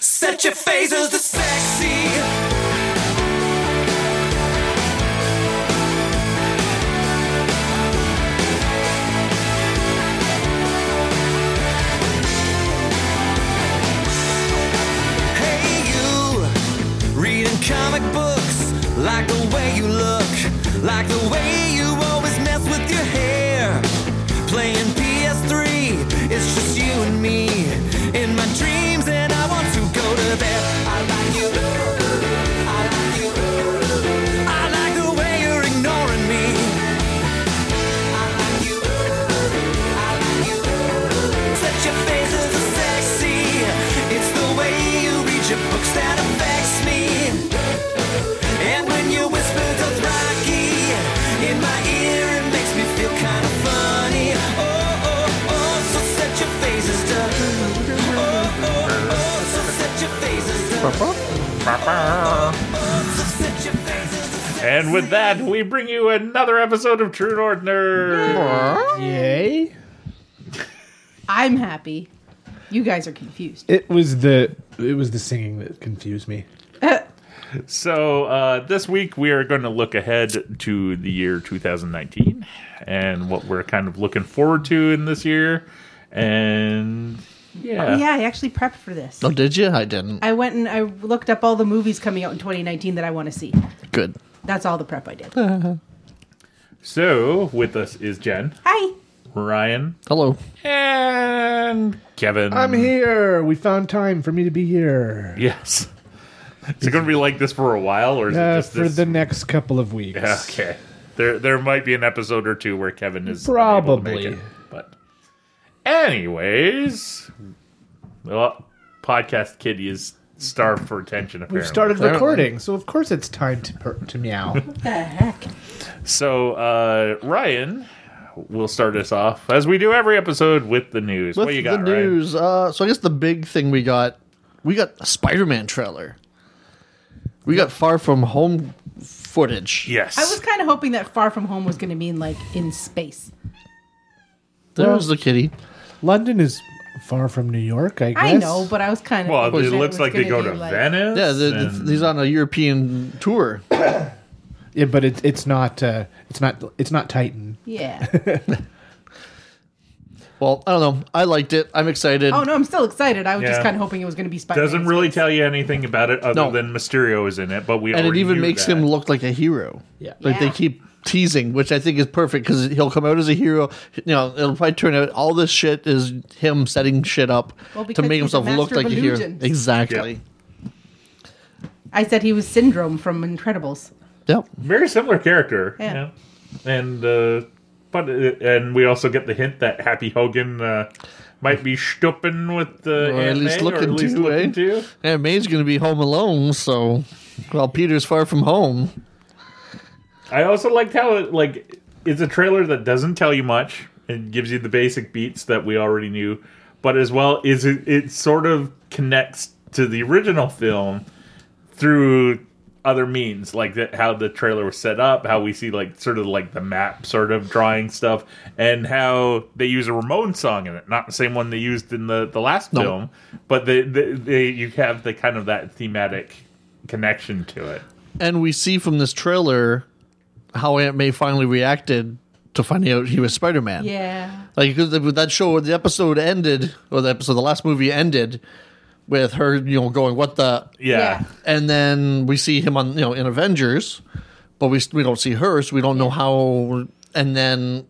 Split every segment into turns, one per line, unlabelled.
Set your phasers to sexy. Hey, you reading comic books. Like the way you look, like the way you always mess with your hair. Playing PS3, it's just you and me in my dreams, and I want to go to there. I like you. I like you. I like the way you're ignoring me. I like you. I like you. Set your faces to sexy. It's the way you read your books that affects me. And when you whisper Dothraki in my ear, it makes me feel kind of funny. Oh, oh, oh, so set your faces to. Oh, oh, oh, so set your faces to. Oh, so set your faces to.
And with that, we bring you another episode of True North Nerd.
Yay.
I'm happy. You guys are confused.
It was the it was the singing that confused me.
Uh,
So uh, this week we are going to look ahead to the year 2019 and what we're kind of looking forward to in this year. And yeah,
Yeah, I actually prepped for this.
Oh, did you? I didn't.
I went and I looked up all the movies coming out in 2019 that I want to see.
Good.
That's all the prep I did.
so with us is Jen,
Hi.
Ryan,
Hello.
and Kevin.
I'm here. We found time for me to be here.
Yes. Is it going to be like this for a while, or is it
Uh,
just
for
this?
the next couple of weeks.
Okay. There there might be an episode or two where Kevin is unable to make
Probably.
it, but anyways, well, podcast kitty is starved for attention. Apparently,
We've started
Apparently.
recording, so of course it's time to per- to meow.
The heck?
So uh, Ryan will start us off as we do every episode with the news.
With
what you got,
the
Ryan?
news, uh, so I guess the big thing we got, we got a Spider-Man trailer. We got Far From Home footage.
Yes.
I was kind of hoping that Far From Home was going to mean like in space.
There's the kitty.
London is far from New York, I guess.
I know, but I was kind of.
well, it looks like they go to Venice.
Yeah, the, the,
and-
he's on a European tour.
Yeah, but it, it's not uh, it's not it's not Titan.
Yeah.
Well, I don't know. I liked it. I'm excited.
Oh no, I'm still excited. I was just
Yeah.
kind of hoping it was going to be Spider.
doesn't really tell you anything about it other
No.
than Mysterio is in it, but we
and it
already
even
knew
makes
that.
him look like a hero.
Yeah.
Like they
Yeah.
keep teasing, which I think is perfect because he'll come out as a hero. You know, it'll probably turn out all this shit is him setting shit up
Well,
to
because
make
he's a
himself look
master of
like a hero.
illusions.
Exactly.
I said he was Syndrome from Incredibles.
Yep.
very similar character.
Yeah.
Yeah. And uh, but uh, and we also get the hint that Happy Hogan uh, might be stooping with the
Or at
Aunt
least
May, or at
looking
least
to, eh?
looking to.
Yeah, May's going to be home alone, so while Peter's far from home,
I also liked how it like it's a trailer that doesn't tell you much and gives you the basic beats that we already knew, but as well is it, it sort of connects to the original film through other means like that how the trailer was set up how we see like sort of like the map sort of drawing stuff and how they use a ramon song in it not the same one they used in the the last
No.
film but they, they, they you have the kind of that thematic connection to it
and we see from this trailer how Aunt May finally reacted to finding out he was Spider Man.
Yeah.
Like 'cause with that show, the episode ended, or the episode, the last movie ended with her, you know, going, "What the?"
yeah.
and then we see him on you know in Avengers, but we we don't see her, so we don't know how. And then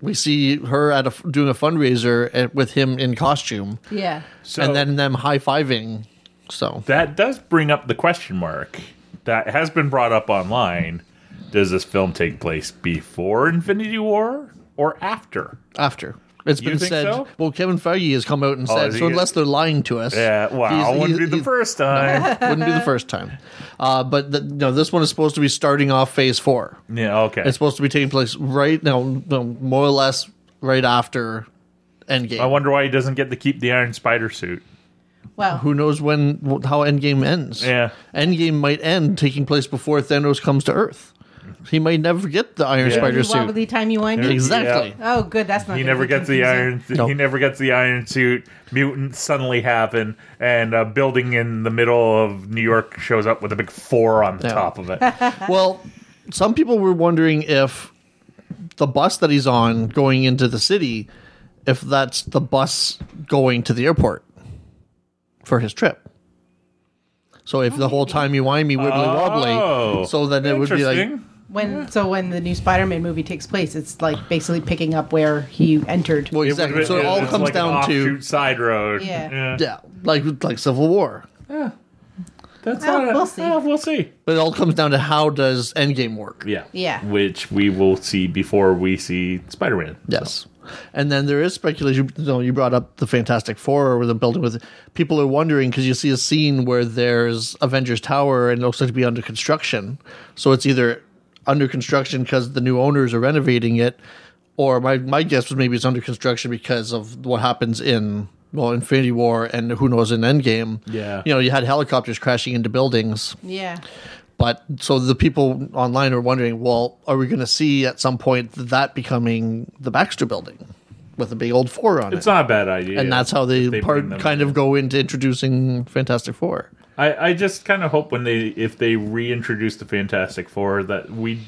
we see her at a, doing a fundraiser at, with him in costume,
Yeah.
so
and then them high fiving. So
That does bring up the question mark that has been brought up online. Does this film take place before Infinity War or after?
after it's
You
been
think
said,
so?
well, Kevin Feige has come out and said,
Oh, is he
so
gonna-
unless they're lying to us,
Yeah, Uh, wow,
he's-
wouldn't
he's-
be the
he's-
first time.
wouldn't be the first time. Uh, but the, no, this one is supposed to be starting off Phase Four.
yeah, okay.
It's supposed to be taking place right now, no, more or less right after Endgame.
I wonder why he doesn't get to keep the Iron Spider suit.
Well,
who knows when wh- how Endgame ends?
Yeah.
Endgame might end taking place before Thanos comes to Earth. He may never get the Iron
Yeah.
Spider
You
suit.
wobbly timey wimey.
There's-
Exactly.
Yeah.
Oh, good. That's not.
He
gonna
never
be
gets the
confusing.
iron.
Nope.
He never gets the iron suit. Mutants suddenly happen, and a building in the middle of New York shows up with a big four on the
Yeah.
top of it.
Well, some people were wondering if the bus that he's on going into the city, if that's the bus going to the airport for his trip. So if the whole time you wind me wibbly wobbly,
Oh.
so then it would be like
Interesting.
When so when the new Spider-Man movie takes place, it's like basically picking up where he entered.
well, exactly. so it all
It's
comes
like an
down to
offshoot side road.
Yeah.
yeah, like like Civil War.
That's
Well,
not a-
we'll see.
yeah, we'll see.
But it all comes down to how does Endgame work?
Yeah.
Yeah.
Which we will see before we see Spider Man.
Yes. And then there is speculation. You know, you brought up the Fantastic Four or the building with people are wondering because you see a scene where there's Avengers Tower and it looks like to be under construction. So it's either under construction because the new owners are renovating it, or my, my guess was maybe it's under construction because of what happens in well Infinity War and who knows in Endgame.
Yeah.
You know, you had helicopters crashing into buildings.
Yeah.
But so the people online are wondering, well, are we going to see at some point that becoming the Baxter Building with a big old four on
It's
it?
not a bad idea.
and that's how they,
If they
part
bring them
kind of go into introducing Fantastic Four.
I, I just kind of hope when they if they reintroduce the Fantastic Four that we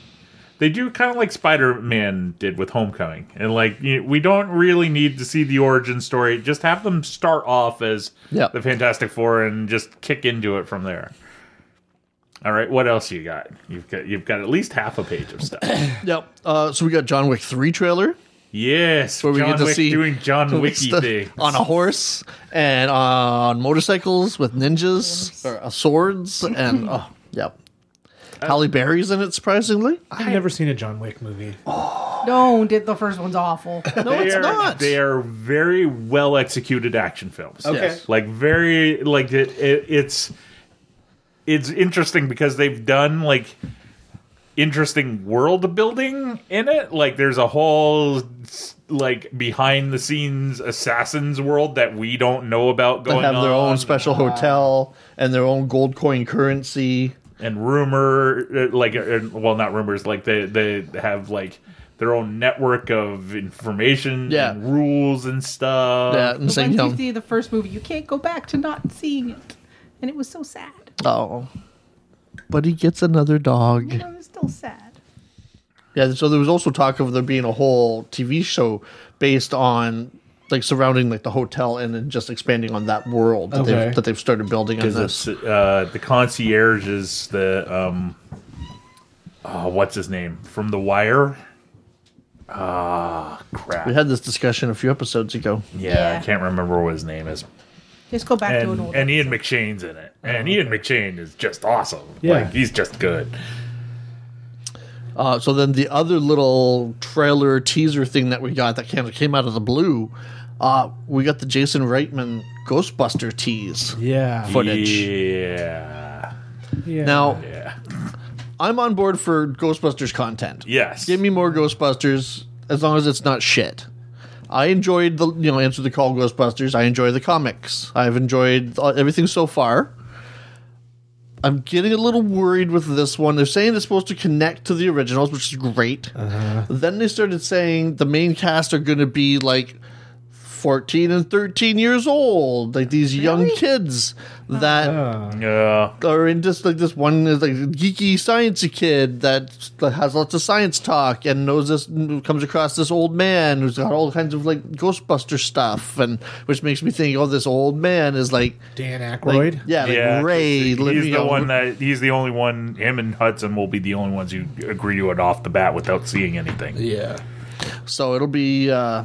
they do kind of like Spider Man did with Homecoming and like you we don't really need to see the origin story. Just have them start off as
Yeah.
the Fantastic Four and just kick into it from there. All right, what else you got? You've got you've got at least half a page of stuff.
Yep. Uh, so we got John Wick three trailer
yes,
where we
John
get to
Wick
see
doing John
John Wick
Wicky
stuff
thing.
on a horse and on motorcycles with ninjas or uh, swords and oh yeah,
Uh,
Halle Berry's in it surprisingly.
I've never seen a John Wick movie.
No, did the first one's awful.
No,
they
it's
are,
not.
They are very well executed action films.
Yes.
like very like it, it it's it's interesting because they've done like interesting world building in it like there's a whole s- like behind the scenes assassins world that we don't know about
that
going
have their
on
own special hotel and their own gold coin currency.
and rumor uh, like uh, well not rumors like they they have like their own network of information
Yeah.
and rules and stuff
Yeah, and
But
saying,
once
you
you
know,
see the first movie, you can't go back to not seeing it, and it was so sad.
oh, but he gets another dog.
You know, it's still sad.
Yeah, so there was also talk of there being a whole TV show based on like surrounding like the hotel and then just expanding on that world that,
Okay.
they've, that they've started building on
Is
this.
this uh, the concierge is the um oh, what's his name from the wire ah crap
We
yeah,
had this discussion a few episodes ago.
Yeah.
i can't remember what his name is
Just go back to an
and
old.
and ian mcshane's in it and ian mcshane is just awesome
Yeah.
like he's just good
Uh, so then the other little trailer teaser thing that we got that kind of came out of the blue, uh, we got the Jason Reitman Ghostbuster tease.
Yeah.
Footage.
yeah
yeah.
Now,
yeah
I'm on board for Ghostbusters content.
yes
Give me more Ghostbusters as long as it's not shit. I enjoyed the you know answer the call Ghostbusters. I enjoy the comics. I've enjoyed th- everything so far. I'm getting a little worried with this one. They're saying it's supposed to connect to the originals, which is great. Then they started saying the main cast are going to be like 14 and 13 years old, like these young kids that
yeah
or in just like this one is like geeky sciencey kid that that has lots of science talk and knows this comes across this old man who's got all kinds of like Ghostbuster stuff and which makes me think, oh, this old man is like,
Dan
like
Aykroyd.
yeah, like Ray.
he's
living
the
on-
one that he's the only one. Him and Hudson will be the only ones who agree to it off the bat without seeing anything.
yeah.
so it'll be uh,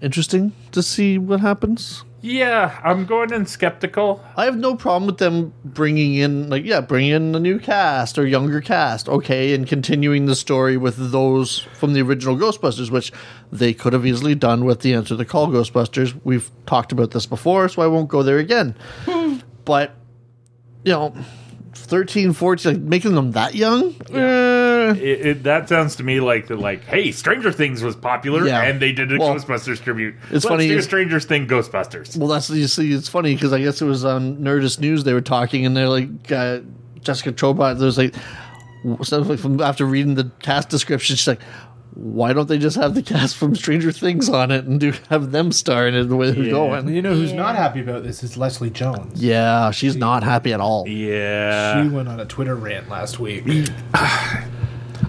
interesting to see what happens.
Yeah, I'm going in skeptical.
I have no problem with them bringing in, like, yeah, bringing in a new cast or younger cast, okay, and continuing the story with those from the original Ghostbusters, which they could have easily done with the Answer the Call Ghostbusters. We've talked about this before, so I won't go there again. but, you know, 13, 14, like, making them that young? Eh.
It, it, that sounds to me like the like, hey, Stranger Things was popular,
Yeah.
and they did a
Well,
Ghostbusters tribute.
it's
Let's
funny
do
you-
Stranger Thing Ghostbusters.
Well, that's you see, it's funny because I guess it was on Nerdist News they were talking, and they're like uh, Jessica Trobot. There's like, so, like, from after reading the cast description, she's like, "Why don't they just have the cast from Stranger Things on it and do have them star in it the way they're
Yeah.
going?"
You know who's
Yeah.
not happy about this is Leslie Jones.
Yeah, she's not happy at all.
Yeah.
she went on a Twitter rant last week.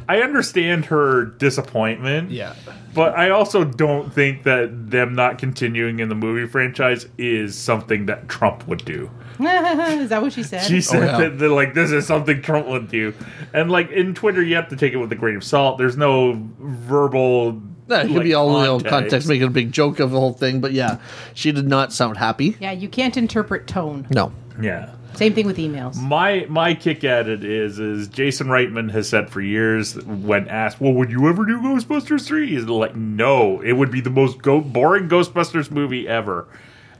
I understand her disappointment.
yeah.
But I also don't think that them not continuing in the movie franchise is something that Trump would do.
Is that what she said?
She said
Oh, yeah.
that, that, like this is something Trump would do, and like in Twitter you have to take it with a grain of salt. There's no verbal.
That could
like,
be all in context. context, making a big joke of the whole thing. But yeah, she did not sound happy.
yeah, you can't interpret tone.
No.
Yeah.
Same thing with emails.
My my kick at it is is Jason Reitman has said for years when asked, "Well, would you ever do Ghostbusters 3? He's like, "No, it would be the most go- boring Ghostbusters movie ever,"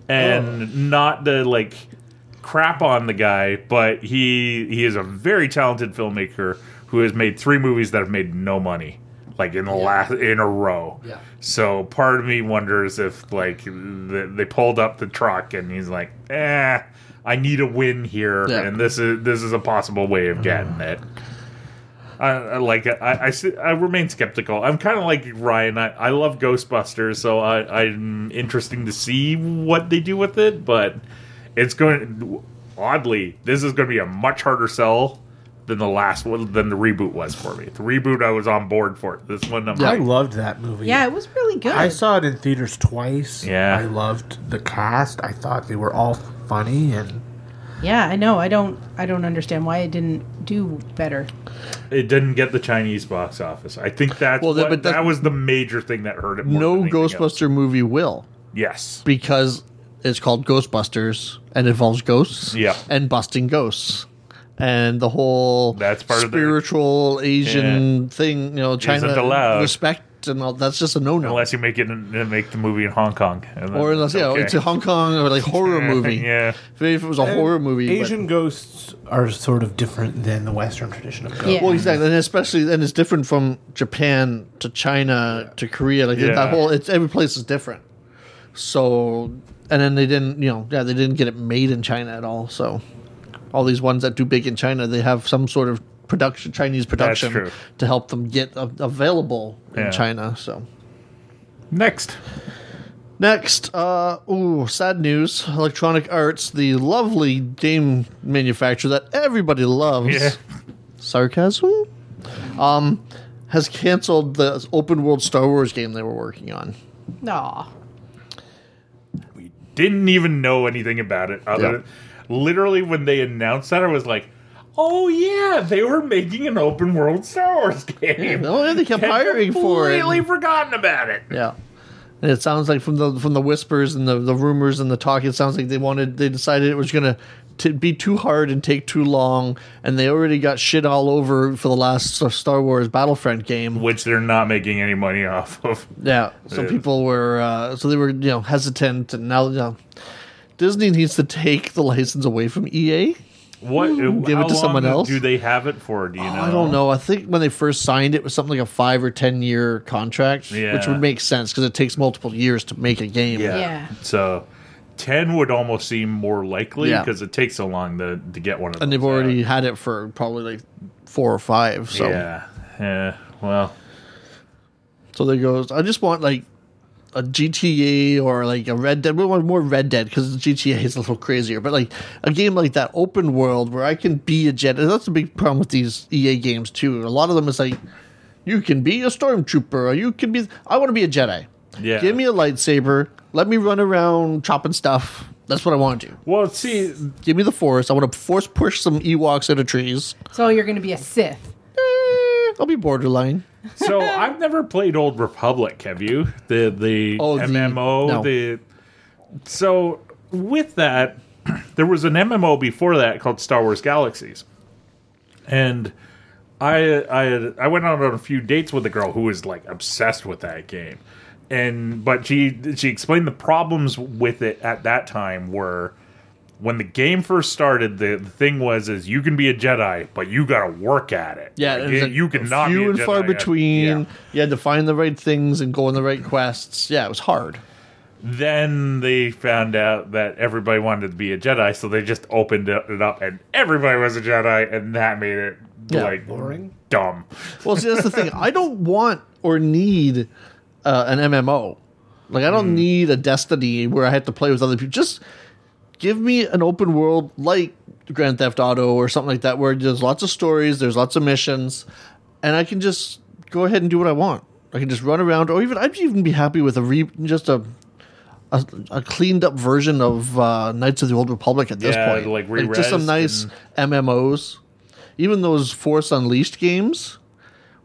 and not to like crap on the guy, but he he is a very talented filmmaker who has made three movies that have made no money, like in the last in a row.
Yeah.
So part of me wonders if like th they pulled up the truck and he's like, "Eh, I need a win here,
Yeah.
and this is this is a possible way of getting it." I, I like it. I, I s- I remain skeptical. I'm kind of like Ryan. I, I love Ghostbusters, so I, I'm interesting to see what they do with it. But it's going oddly. This is going to be a much harder sell than the last one than the reboot was for me. The reboot I was on board for. This one, I'm
Yeah.
I
like,
loved that movie.
Yeah, it was really good.
I saw it in theaters twice.
Yeah.
I loved the cast. I thought they were all funny and
yeah, I know. I don't. I don't understand why it didn't do better.
it didn't get the Chinese box office. I think that's
Well, that-
what-
but that-
that was the major thing that hurt it. More
No
than anything else.
Ghostbuster movie will
Yes.
because it's called Ghostbusters and involves ghosts
Yeah.
and busting ghosts. And the whole
That's part of their-
spiritual Asian thing, you know, China
allowed.
respect and all that's just a no no.
Unless you make it, in, make the movie in Hong Kong, and then
Or unless yeah,
okay.
it's a Hong Kong or like horror movie.
yeah.
If it was a horror movie, but-
Asian ghosts are sort of different than the Western tradition of ghosts.
Yeah.
Well, exactly, and especially and it's different from Japan to China to Korea. Like
Yeah.
that whole, it's every place is different. So, and then they didn't, you know, yeah, they didn't get it made in China at all. So, all these ones that do big in China, they have some sort of production, Chinese production,
true.
to help them get a- available
Yeah.
in China. So.
Next,
Next, uh, ooh, sad news. Electronic Arts, the lovely game manufacturer that everybody loves,
Yeah.
sarcasm, um, has canceled the open world Star Wars game they were working on.
Aw.
didn't even know anything about it. Other
Yeah.
than, literally, when they announced that, I was like, "Oh yeah, they were making an open world Star Wars game."
Oh, yeah, they kept
Had
hiring for it.
Completely forgotten about it.
Yeah. And it sounds like from the from the whispers and the, the rumors and the talk, it sounds like they wanted they decided it was gonna t- be too hard and take too long, and they already got shit all over for the last Star Wars Battlefront game.
Which they're not making any money off of.
Yeah. So
Yeah.
people were uh, so they were you know hesitant, and now you know, Disney needs to take the license away from E EA.
What?
Give it
how
to someone
long
else? Oh,
Do they have it for? Do you know?
I don't know. I think when they first signed it was something like a five or ten year contract, which
Yeah.
would make sense because it takes multiple years to make a game.
Yeah.
Yeah.
So. 10 would almost seem more likely
Yeah.
because it takes so long to, to get one of
And they've
those out.
already had it for probably like four or five. So
Yeah. Yeah. Well,
so there goes. I just want like a GTA or like a Red Dead. We want more Red Dead because GTA is a little crazier. But like a game like that, open world where I can be a Jedi. That's the big problem with these EA games too. A lot of them is like you can be a stormtrooper or you can be. I want to be a Jedi.
Yeah.
Give me a lightsaber. Let me run around chopping stuff. That's what I want to do.
well, see,
Give me the force. I want to force push some Ewoks into trees.
So you're going to be a Sith.
Eh, I'll be borderline.
so I've never played Old Republic. Have you? The the
Oh, the-
MMO.
no.
The, so with that, there was an MMO before that called Star Wars Galaxies, and I I I went out on a few dates with a girl who was like obsessed with that game, and but she she explained the problems with it at that time were. When the game first started, the, the thing was is you can be a Jedi, but you got to work at it.
Yeah,
Like,
there's a-
you
a
cannot.
few
be a
and far
Jedi.
between.
Yeah.
You had to find the right things and go on the right quests. Yeah, it was hard.
Then they found out that everybody wanted to be a Jedi, so they just opened it up and everybody was a Jedi, and that made it
Yeah,
like
boring.
dumb.
Well, see, that's the thing. I don't want or need uh, an MMO. Like, I
Mm.
don't need a Destiny where I have to play with other people. Just give me an open world like Grand Theft Auto or something like that, where there's lots of stories, there's lots of missions, and I can just go ahead and do what I want. I can just run around, or even I'd even be happy with a re- just a. A, a cleaned up version of uh, Knights of the Old Republic at this
Yeah,
point,
like
just some
re-res
nice MMOs, even those Force Unleashed games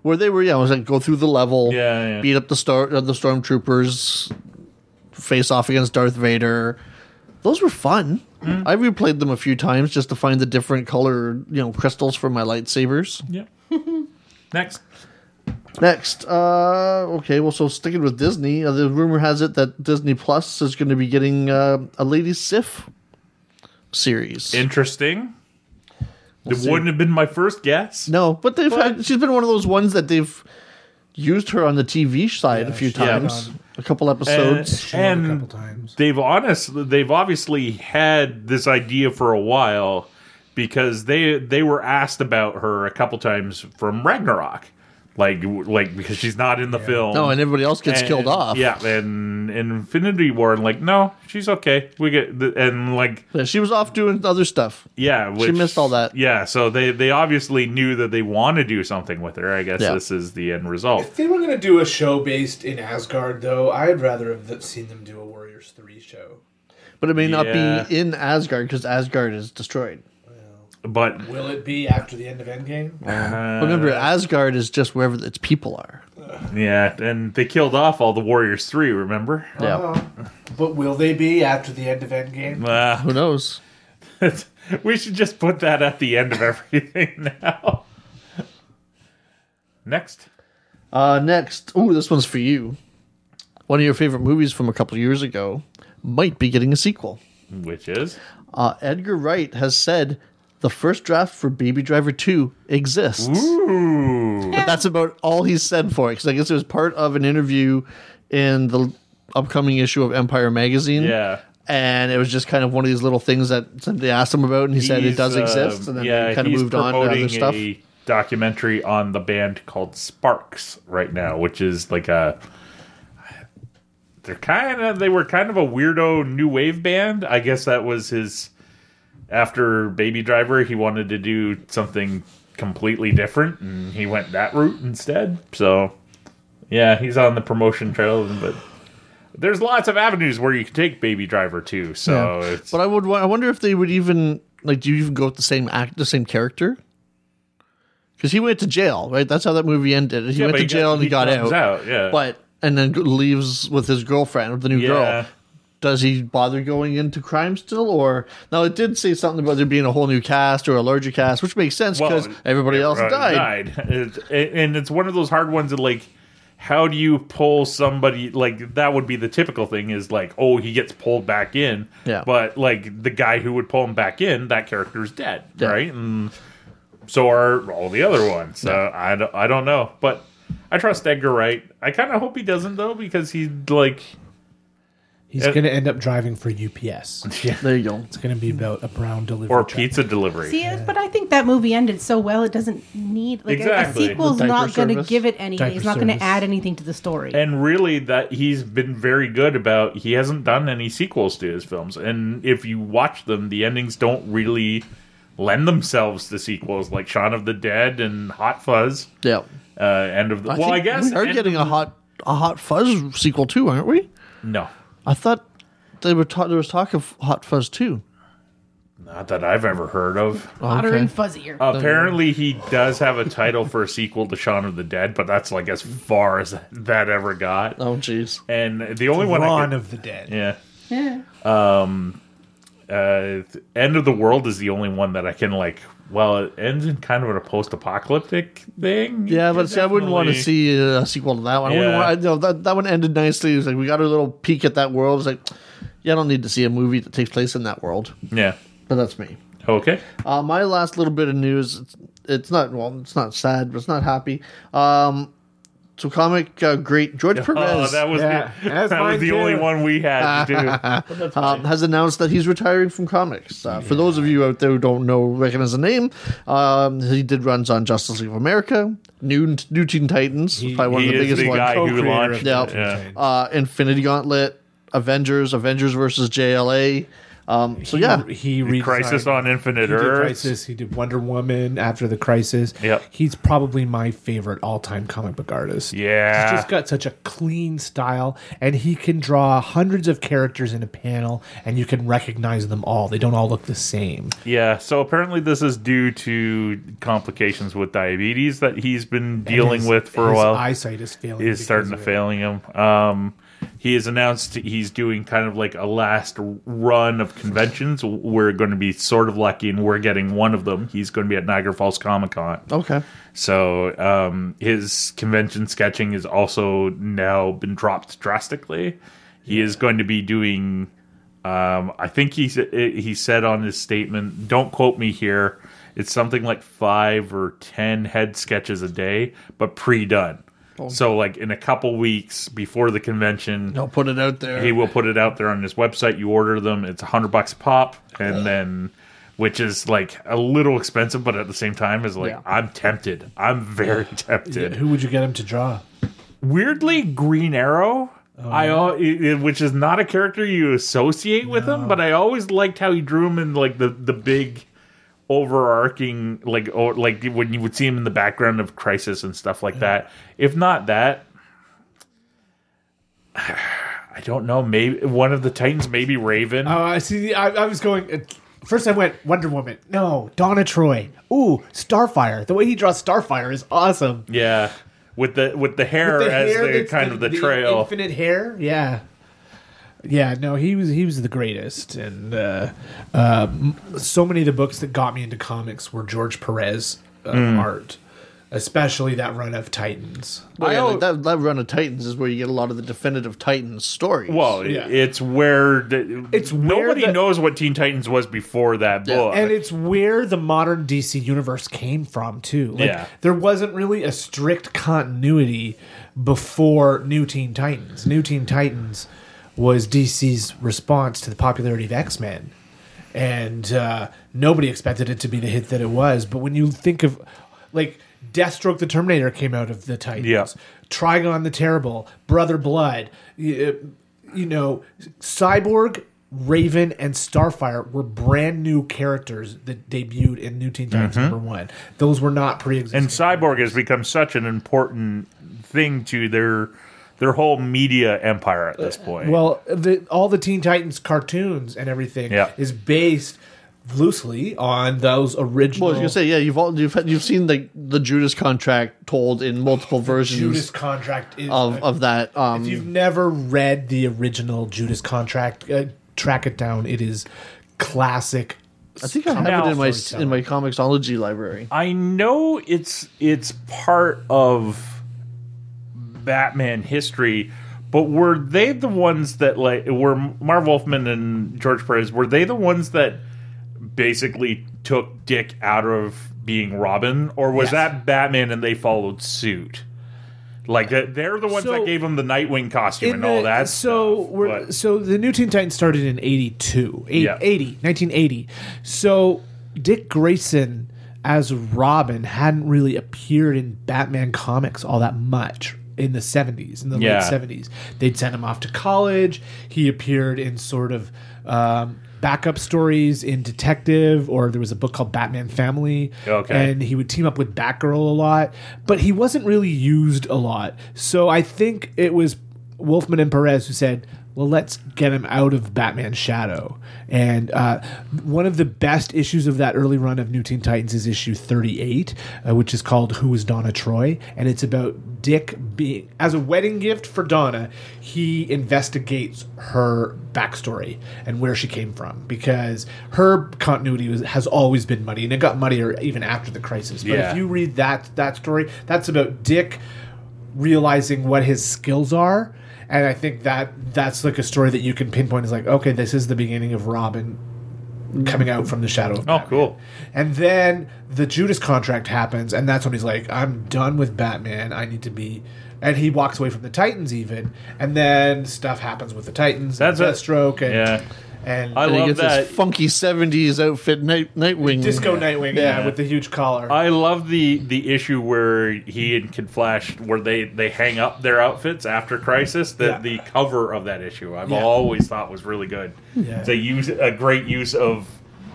where they were, yeah, I was like go through the level,
Yeah, yeah.
beat up the star uh, the stormtroopers, face off against Darth Vader. Those were fun.
Mm-hmm.
I replayed them a few times just to find the different color, you know, crystals for my lightsabers.
Yep. Next.
Next, uh, okay, well, so sticking with Disney, uh, the rumor has it that Disney Plus is going to be getting uh, a Lady Sif series.
Interesting. it
see.
wouldn't have been my first guess.
No, but they've had, she's been one of those ones that they've used her on the TV side a few
she's been
times,
on-
a couple
And,
episodes.
and a
and
couple times.
they've honestly they've obviously had this idea for a while because they they were asked about her a couple times from Ragnarok, like like because she's not in the film.
no, and everybody else gets
And-
killed off.
Yeah, and, and Infinity War, and like no, she's okay. We get the, and like
Yeah, she was off doing other stuff.
yeah, which,
missed all that.
Yeah, so they they obviously knew that they want to do something with her. I guess
Yeah.
this is the end result.
If they were going to do a show based in Asgard, though, I'd rather have th- seen them do a Warriors 3 show.
But it may not
Yeah.
be in Asgard because Asgard is destroyed.
But
Will it be after the end of Endgame?
Remember,
Uh.
Asgard is just wherever its people are.
yeah, and they killed off all the Warriors three. Remember?
Yeah.
But will they be after the end of Endgame?
Uh,
Who knows?
we should just put that at the end of everything now. Next.
Uh, next. Ooh, this one's for you. One of your favorite movies from a couple years ago might be getting a sequel.
Which is?
Uh, Edgar Wright has said the first draft for Baby Driver 2 exists.
Ooh.
But that's about all he's said for it. Because I guess it was part of an interview in the upcoming issue of Empire Magazine.
Yeah.
And it was just kind of one of these little things that they asked him about, and he said it
He's,
does
um,
exist. And then he kind of
he's
moved on to other
promoting
stuff.
A documentary on the band called Sparks right now, which is like a. They're kind of they were kind of a weirdo new wave band. I guess that was his. After Baby Driver, he wanted to do something completely different, and he went that route instead. So, yeah, he's on the promotion trail, but there's lots of avenues where you can take Baby Driver too. So, it's,
But I would. wa- I wonder if they would even like. Do you even go with the same act, the same character? Because he went to jail, right? That's how that movie ended. He
Yeah,
went
but
to jail and he got
comes
out.
Yeah,
But and then g- leaves with his girlfriend, with the new
Yeah.
girl. Does he bother going into crime still, or now it did say something about there being a whole new cast or a larger cast, which makes sense because everybody else
uh,
died.
It's- and it's one of those hard ones that like, how do you pull somebody like that? Would be the typical thing is like, oh, he gets pulled back in.
Yeah.
But like the guy who would pull him back in, that character is dead,
Yeah.
right? And so are all the other ones. So I don't, I don't know, but I trust Edgar Wright. I kind of hope he doesn't though because he like
He's
Uh,
going to end up driving for UPS. It's
There you go.
going to be about a brown delivery.
or
truck.
pizza delivery.
See, but I think that movie ended so well; it doesn't need like
Exactly.
a sequel's
The diaper
not going to
service.
give it anything.
Diaper
it's not going
service.
to add anything to the story.
and really that he's been very good about he hasn't done any sequels to his films and if you watch them the endings don't really lend themselves to sequels like Shaun of the Dead and Hot Fuzz
Yeah.
uh, end of the well I
think
guess
we are
end-
getting a hot a hot fuzz sequel too, aren't we?
no
I thought they were ta- there was talk of hot fuzz too.
not that I've ever heard of
Hotter
Okay.
and fuzzier.
Oh. apparently he does have a title for a sequel to Shaun of the Dead but that's like as far as that ever got
Oh jeez.
and the only one I
Dawn
could-
of the Dead.
yeah Um,
yeah.
uh, End of the World is the only one that I can like. Well, it ends in kind of a post-apocalyptic thing.
Yeah, but see, I wouldn't want to
Definitely-
see a sequel to that one. I wouldn't
Yeah.
want, I, you know, that, that one ended nicely. It was like we got a little peek at that world. It's like, yeah, I don't need to see a movie that takes place in that world.
Yeah.
But that's me.
Okay.
Uh, my last little bit of news. It's, it's not well. It's not sad, but it's not happy. Um, So comic uh, great George
Oh,
Perez
that was
Yeah,
the,
that's
that was
mine
the
too.
only one we had to do.
um, has announced that he's retiring from comics. Uh, For those of you out there who don't know, recognize the name, um, he did runs on Justice League of America, New New Teen Titans, probably one
he
of the
is
biggest
the
ones.
guy who
Co-creator
launched.
of
Yeah.
it, yeah.
uh, Infinity Gauntlet, Avengers, Avengers versus JLA. Um, so yeah,
he, he redesigned-
Crisis on Infinite
He did
Earth.
Crisis. He did Wonder Woman after the Crisis.
Yep.
He's probably my favorite all time comic book artist.
Yeah.
He's just got such a clean style, and he can draw hundreds of characters in a panel, and you can recognize them all. They don't all look the same.
Yeah, so apparently this is due to complications with diabetes that he's been dealing
His-
with for a
his
while.
Eyesight is failing.
is
because
starting to
of it.
failing him. Um, he has announced he's doing kind of like a last run of conventions. We're going to be sort of lucky, and we're getting one of them. He's going to be at Niagara Falls Comic Con.
okay.
So um, his convention sketching has also now been dropped drastically. He is going to be doing. Um, I think he sa- he said on his statement. Don't quote me here. It's something like five or ten head sketches a day, but pre-done. So like in a couple weeks before the convention,
I'll put it out there.
he will put it out there on his website. You order them; it's a hundred bucks a pop, and then, which is like a little expensive, but at the same time is like
Yeah.
I'm tempted. I'm very tempted.
Who would you get him to draw? Oh.
Weirdly, Green Arrow. I al- it- it- which is not a character you associate with him, but I always liked how he drew him in like the the big overarching like or like when you would see him in the background of Crisis and stuff like that. If not that, I don't know. Maybe one of the Titans, maybe Raven.
Oh, I see. I, I was going. uh, First, I went Wonder Woman. No, Donna Troy. Ooh, Starfire. The way he draws Starfire is awesome.
Yeah, with the with the hair
the
as
hair
the
that's
kind of the, trail.
infinite hair. Yeah, yeah. No, he was he was the greatest, and uh, um, so many of the books that got me into comics were George Perez uh,
Mm.
art, especially that run of Titans.
Oh, yeah,
I
like
al-
that, that run of Titans is where you get a lot of the definitive Titans stories.
Well,
Yeah.
it's where the,
It's where
nobody
the-
knows what Teen Titans was before that
Yeah.
book.
And it's where the modern DC universe came from too. Like,
Yeah.
there wasn't really a strict continuity before New Teen Titans. New Teen Titans was DC's response to the popularity of X Men, and uh, nobody expected it to be the hit that it was. But when you think of like Deathstroke, the Terminator came out of the Titans.
Yeah.
Trigon the Terrible, Brother Blood, y- uh, you know, Cyborg, Raven, and Starfire were brand new characters that debuted in New Teen Titans number one. Those were not pre-existing.
and cyborg has become such an important thing to their their whole media empire at this point.
Uh, well, the, all the Teen Titans cartoons and everything
Yeah.
is based loosely on those original.
Well, I was gonna say, yeah, you've all, you've you've seen the the Judas contract told in multiple versions
Judas contract is uh,
of of that. Um,
If you've never read the original Judas contract, uh, track it down. It is classic.
I think I have it in my s-
storytelling.
in my comicsology library.
I know it's it's part of Batman history, but were they the ones that like were Marv Wolfman and George Perez? Were they the ones that basically took Dick out of being Robin, or was
Yes.
that Batman and they followed suit? Like that, they're the ones
So-
that gave him the Nightwing costume
In
and
the-
all that.
So
stuff,
we're
but-
so the New Teen Titans started in 82, eight-
Yeah.
80, 1980. So Dick Grayson as Robin hadn't really appeared in Batman comics all that much in the 70s, in the
Yeah.
late 70s. They'd sent him off to college. He appeared in sort of um, backup stories in Detective, or there was a book called Batman Family.
Okay.
And he would team up with Batgirl a lot, but he wasn't really used a lot. So I think it was Wolfman and Perez who said, well, let's get him out of Batman's shadow. And uh, one of the best issues of that early run of New Teen Titans is issue 38, uh, which is called Who is Donna Troy? And it's about Dick being, as a wedding gift for Donna, he investigates her backstory and where she came from because her continuity was, has always been muddy and it got muddier even after the crisis. But
Yeah.
if you read that, that story, that's about Dick realizing what his skills are and i think that that's like a story that you can pinpoint is like okay this is the beginning of robin coming out from the shadow. Of
Oh,
Batman.
cool.
And then the Judas contract happens, and that's when he's like, I'm done with Batman. I need to be. And he walks away from the Titans, even. And then stuff happens with the Titans.
That's
and
it.
Deathstroke. And,
Yeah.
and
I
And he
love
gets
that.
his funky '70s outfit, night, Nightwing.
Disco Nightwing, yeah.
Yeah.
with the huge collar.
I love the the issue where he and Kid Flash where they they hang up their outfits after Crisis. The
Yeah.
the cover of that issue I've
Yeah.
always thought was really good.
Yeah.
They use a great use of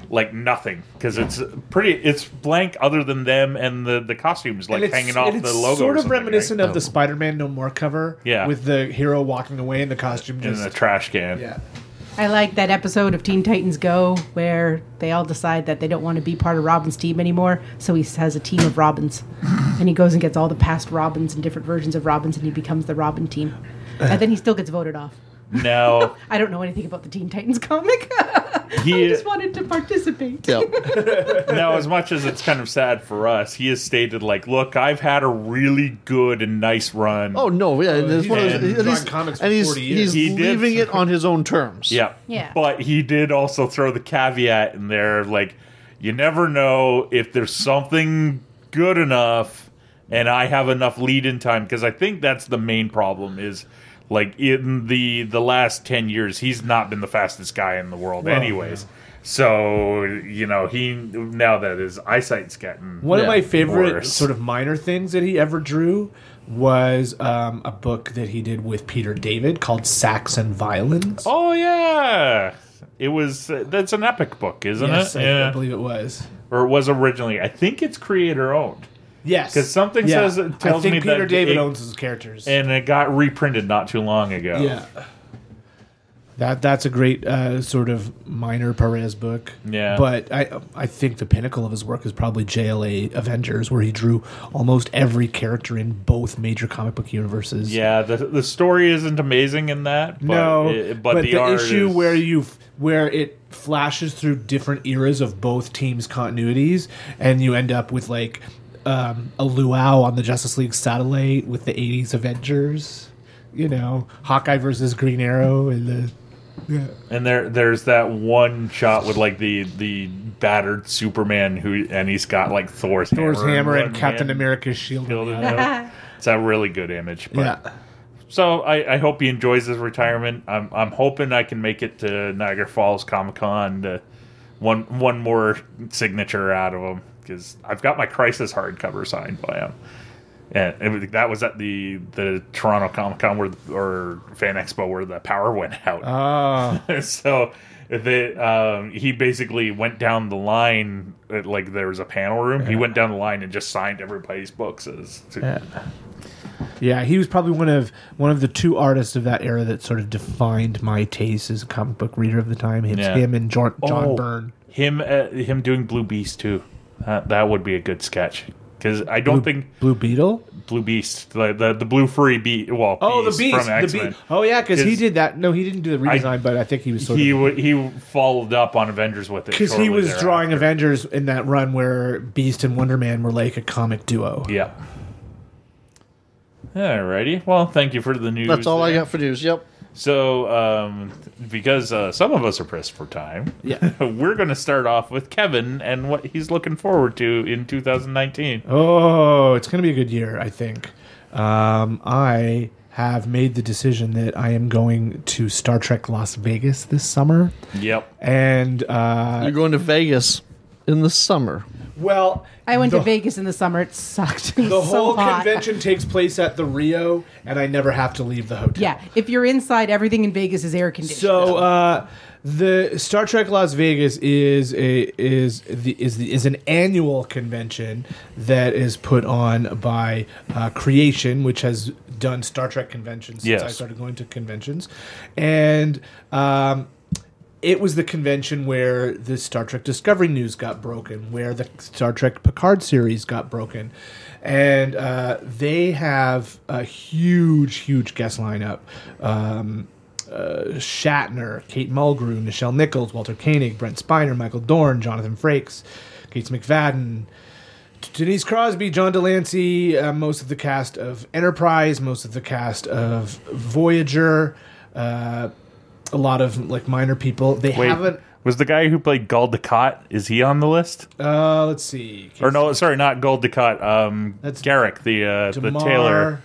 like nothing because it's pretty it's blank other than them and the the costumes like
And it's-
hanging off
and
the
it's
logo. or
Sort of
something, right? Oh.
reminiscent of the Spider-Man No More cover,
Yeah.
with the hero walking away and the costume
in
just
the trash can.
yeah.
I like that episode of Teen Titans Go where they all decide that they don't want to be part of Robin's team anymore, so he has a team of Robins. and he goes and gets all the past Robins and different versions of Robins and he becomes the Robin team. And then he still gets voted off.
Now
I don't know anything about the Teen Titans comic.
he
I just wanted to participate.
Yeah.
now as much as it's kind of sad for us, he has stated like, look, I've had a really good and nice run.
Oh no! Yeah, it's
he's
one
been
of those, and
drawing
he's,
comics for
and he's,
40 years.
he's
He did.
leaving it on his own terms.
Yeah.
Yeah.
But he did also throw the caveat in there like, you never know if there's something good enough and I have enough lead in time because I think that's the main problem is like in the the last 10 years he's not been the fastest guy in the world anyways. So, you know, he now that his eyesight's gotten
One of
Yeah,
my favorite
worse.
sort of minor things that he ever drew was um, a book that he did with Peter David called Sax and Violins.
Oh yeah. It was that's an epic book, isn't
yes,
it?
I,
yeah.
I believe it was.
or it was originally. I think it's creator owned.
Yes,
'Cause something says- it tells
I think
me that
Peter David
it-
owns his characters.
and it got reprinted not too long ago.
yeah, that that's a great uh, sort of minor Perez book.
Yeah.
but I I think the pinnacle of his work is probably JLA Avengers, where he drew almost every character in both major comic book universes.
yeah. The the story isn't amazing in that. But
no,
it-
but, the,
art
issue
is-
where you where it flashes through different eras of both teams' continuities, and you end up with like um, a luau on the Justice League satellite with the '80s Avengers, you know, Hawkeye versus Green Arrow, and the
and there there's that one shot with like the the battered Superman who and he's got like Thor's
Thor's
hammer, in
hammer
one
and Captain
hand
America's shield.
building
Yeah.
it up. It's a really good image. But
Yeah.
so I, I hope he enjoys his retirement. I'm I'm hoping I can make it to Niagara Falls Comic Con to one one more signature out of him because I've got my Crisis hardcover signed by him, and it was- that was at the the Toronto Comic Con where or Fan Expo where the power went out.
Oh,
so the um, he basically went down the line uh, like there was a panel room. He went down the line and just signed everybody's books as to-
yeah. He was probably one of one of the two artists of that era that sort of defined my taste as a comic book reader of the time. It's
Yeah.
him and John, John
Oh,
Byrne.
Him, uh, him doing Blue Beast too. Uh, that would be a good sketch because I don't think
Blue Beetle.
Blue Beast, the the, the blue free beat. Well,
Oh, the beast.
from X
the
Men.
beast. Oh, yeah, because he
His-
did that. No, he didn't do the redesign,
I-
but I think he was sort
He
of
w- he followed up on Avengers with it
because he
shortly
was
thereafter.
drawing Avengers in that run where Beast and Wonder Man were like a comic duo.
Yeah. Alrighty. Well, thank you for the news.
That's all I
there.
got for news. Yep.
So, um, because uh, some of us are pressed for time,
Yeah.
we're going to start off with Kevin and what he's looking forward to in 2019.
Oh, it's going to be a good year, I think. Um, I have made the decision that I am going to Star Trek Las Vegas this summer,
Yep.
and uh,
You're going to Vegas in the summer.
well,
I went
The-
to Vegas in the summer. It sucked. It was
the
so
whole
hot.
convention takes place at the Rio, and I never have to leave the hotel.
Yeah, if you're inside, everything in Vegas is air conditioned.
So uh, the Star Trek Las Vegas is a is the is the, is an annual convention that is put on by uh, Creation, which has done Star Trek conventions since
Yes.
I started going to conventions, and. Um, it was the convention where the Star Trek Discovery news got broken, where the Star Trek Picard series got broken, and uh, they have a huge, huge guest lineup. Um, uh, Shatner, Kate Mulgrew, Nichelle Nichols, Walter Koenig, Brent Spiner, Michael Dorn, Jonathan Frakes, Gates McFadden, Denise Crosby, John Delancey, uh, most of the cast of Enterprise, most of the cast of Voyager, uh, a lot of like minor people. They
Wait,
haven't.
Was the guy who played Gul Dukat, is he on the list?
Uh, let's see.
Or no, sorry, not Gul Dukat. Um,
That's
Garrick, the uh, the
Damar-
tailor.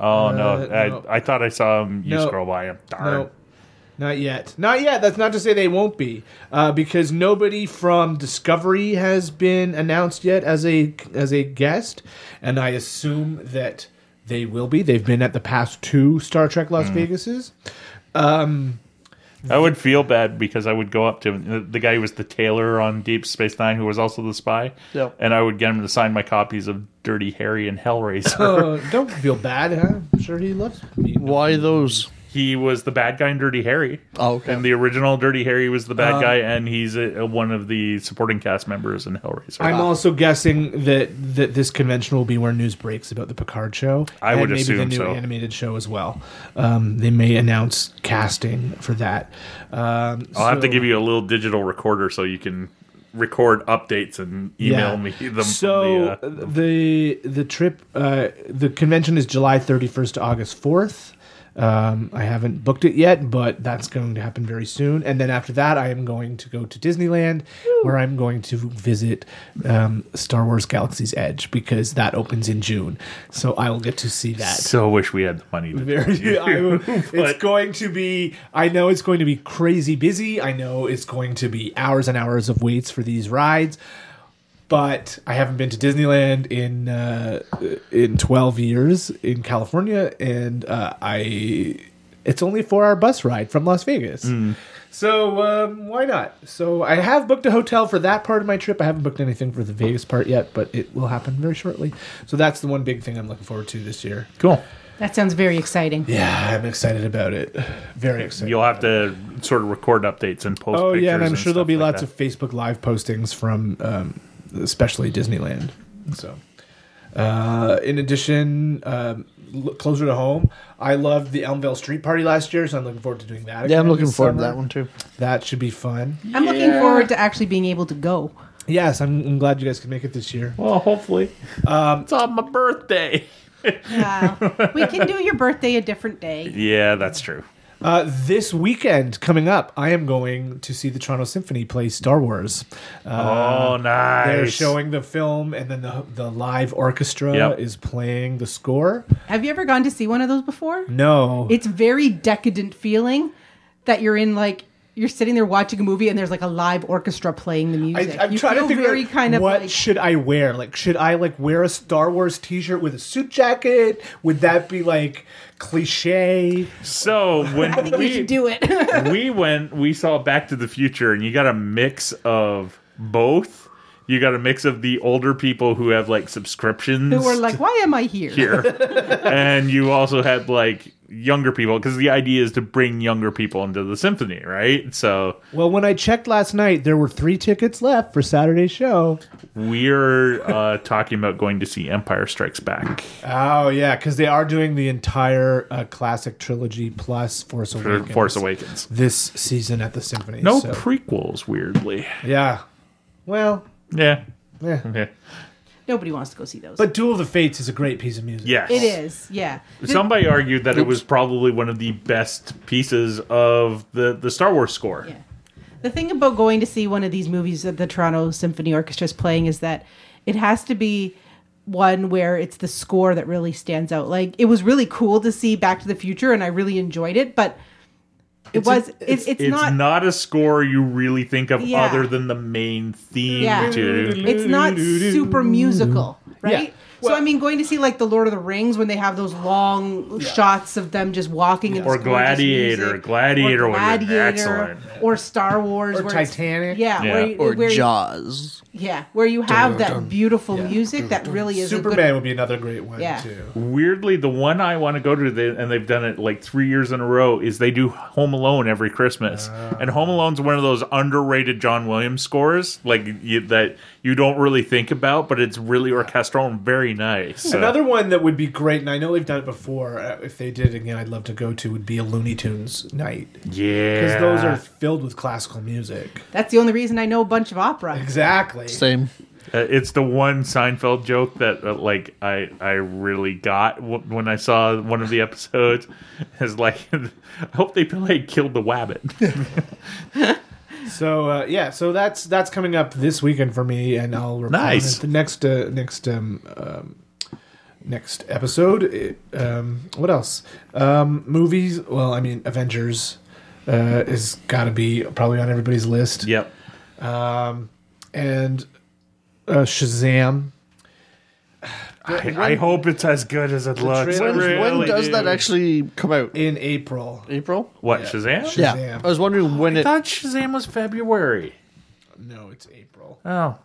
Oh no,
uh,
I,
no.
I thought I saw him. You
No.
scroll by him. Darn.
No, not yet. Not yet. That's not to say they won't be, uh, because nobody from Discovery has been announced yet as a as a guest, and I assume that they will be. They've been at the past two Star Trek Las
Hmm.
Vegases.
I would feel bad because I would go up to him. The guy who was the tailor on Deep Space Nine, who was also the spy.
Yep.
And I would get him to sign my copies of Dirty Harry and Hellraiser.
Uh, don't feel bad. Huh? I'm sure he loves me.
Why those?
he was the bad guy in Dirty Harry.
Oh, okay.
And the original Dirty Harry was the
Uh,
bad guy, and he's a, one of the supporting cast members in Hellraiser.
I'm also guessing that that this convention will be where news breaks about the Picard show.
I
and
would
maybe the
assume
new
so.
animated show as well. Um, they may announce casting for that. Um,
I'll have to give you a little digital recorder so you can record updates and email me them.
So
the, uh,
the the trip, uh, the convention is July 31st to August 4th. Um, I haven't booked it yet, but that's going to happen very soon. And then after that, I am going to go to Disneyland, where I'm going to visit um, Star Wars Galaxy's Edge because that opens in June. So I will get to see that.
so wish we had the money. To
Very, I, will- it's
But-
going to be. I know it's going to be crazy busy. I know it's going to be hours and hours of waits for these rides. But I haven't been to Disneyland in uh, in twelve years in California, and uh, I it's only a four hour bus ride from Las Vegas. So um, why not? So I have booked a hotel for that part of my trip. I haven't booked anything for the Vegas part yet, but it will happen very shortly. So that's the one big thing I'm looking forward to this year.
cool.
That sounds very exciting.
Yeah, I'm excited about it. Very excited.
You'll have to sort of record updates and post.
oh
pictures
yeah, and I'm sure there'll
stuff
be
like
lots
that.
of Facebook Live postings from, um, especially Disneyland. So, uh, in addition, um, l- closer to home, I loved the Elmville Street Party last year, so I'm looking forward to doing that.
Yeah, I'm
again
looking
this
forward to
summer.
that one too.
That should be fun.
I'm looking forward to actually being able to go.
Yes, I'm, I'm glad you guys could make it this year.
Well, hopefully, it's on my birthday.
Uh, we can do your birthday a different day.
Yeah, that's true.
Uh, this weekend coming up, I am going to see the Toronto Symphony play Star Wars.
oh, nice.
Uh, They're showing the film, and then the the live orchestra
Yep.
is playing the score.
Have you ever gone to see one of those before?
No,
It's very decadent feeling that you're in like you're sitting there watching a movie and there's like a live orchestra playing the music.
I, am
you
trying to
feel
figure
very
out
kind of
what
like
should I wear. Like, should I like wear a Star Wars T-shirt with a suit jacket? Would that be like cliche?
So when
I think we should do it.
we went we saw back to the future and you got a mix of both you got a mix of the older people who have like subscriptions
Who are like, why am I here?
here and you also had like younger people because the idea is to bring younger people into the symphony right so
Well, when I checked last night, there were three tickets left for Saturday's show.
we're uh, talking about going to see empire strikes back
Oh yeah, because they are doing the entire uh, classic trilogy plus Force
or
Awakens.
force awakens
This season at the symphony.
no
so-
prequels weirdly
yeah. Well,
yeah
yeah.
yeah
Nobody wants to go see those.
But Duel of the Fates is a great piece of music.
yes
it is, yeah.
Somebody argued that it was probably one of the best pieces of the, the Star Wars score.
Yeah. The thing about going to see one of these movies that the Toronto Symphony Orchestra is playing is that it has to be one where it's the score that really stands out. Like it was really cool to see Back to the Future, and I really enjoyed it, but it was it, it's,
It's not,
not,
a score you really think of
Yeah.
other than the main theme
Yeah.
to.
it's not super musical, right?
Yeah.
so I mean, going to see like the Lord of the Rings when they have those long shots of them just walking and
Or Gladiator. Gladiator would have been excellent.
or Star Wars,
Or
where it's-
Titanic.
yeah,
Yeah.
Where, you-
Or
where you-
Jaws.
Yeah, where you have that beautiful music that really is
Superman
A good,
would be another great one
Yeah.
too.
Weirdly, the one I want to go to, they, and they've done it like three years in a row, is they do Home Alone every Christmas.
Ah.
and Home Alone's one of those underrated John Williams scores, like you, that you don't really think about, but it's really orchestral and very nice. So-
Another one that would be great, and I know they've done it before. uh, If they did it again, I'd love to go to. Would be a Looney Tunes night because
yeah,
those are filled with classical music.
That's the only reason I know a bunch of opera.
Exactly.
Same.
Uh, It's the one Seinfeld joke that uh, like I I really got w- when I saw one of the episodes is like I hope they play killed the wabbit.
So uh, yeah, so that's that's coming up this weekend for me, and I'll report on
Nice.
it the next uh, next um, um, next episode. It, um, what else? Um, movies. Well, I mean, Avengers uh, is got to be probably on everybody's list,
Yep.
and uh, Shazam.
I, I hope it's as good as it looks. I
trailer-
When,
really
when does
do.
that actually come out?
In April,
April?
What Shazam?
Yeah. I was wondering when
I
it.
thought Shazam was February.
no, it's April.
Oh,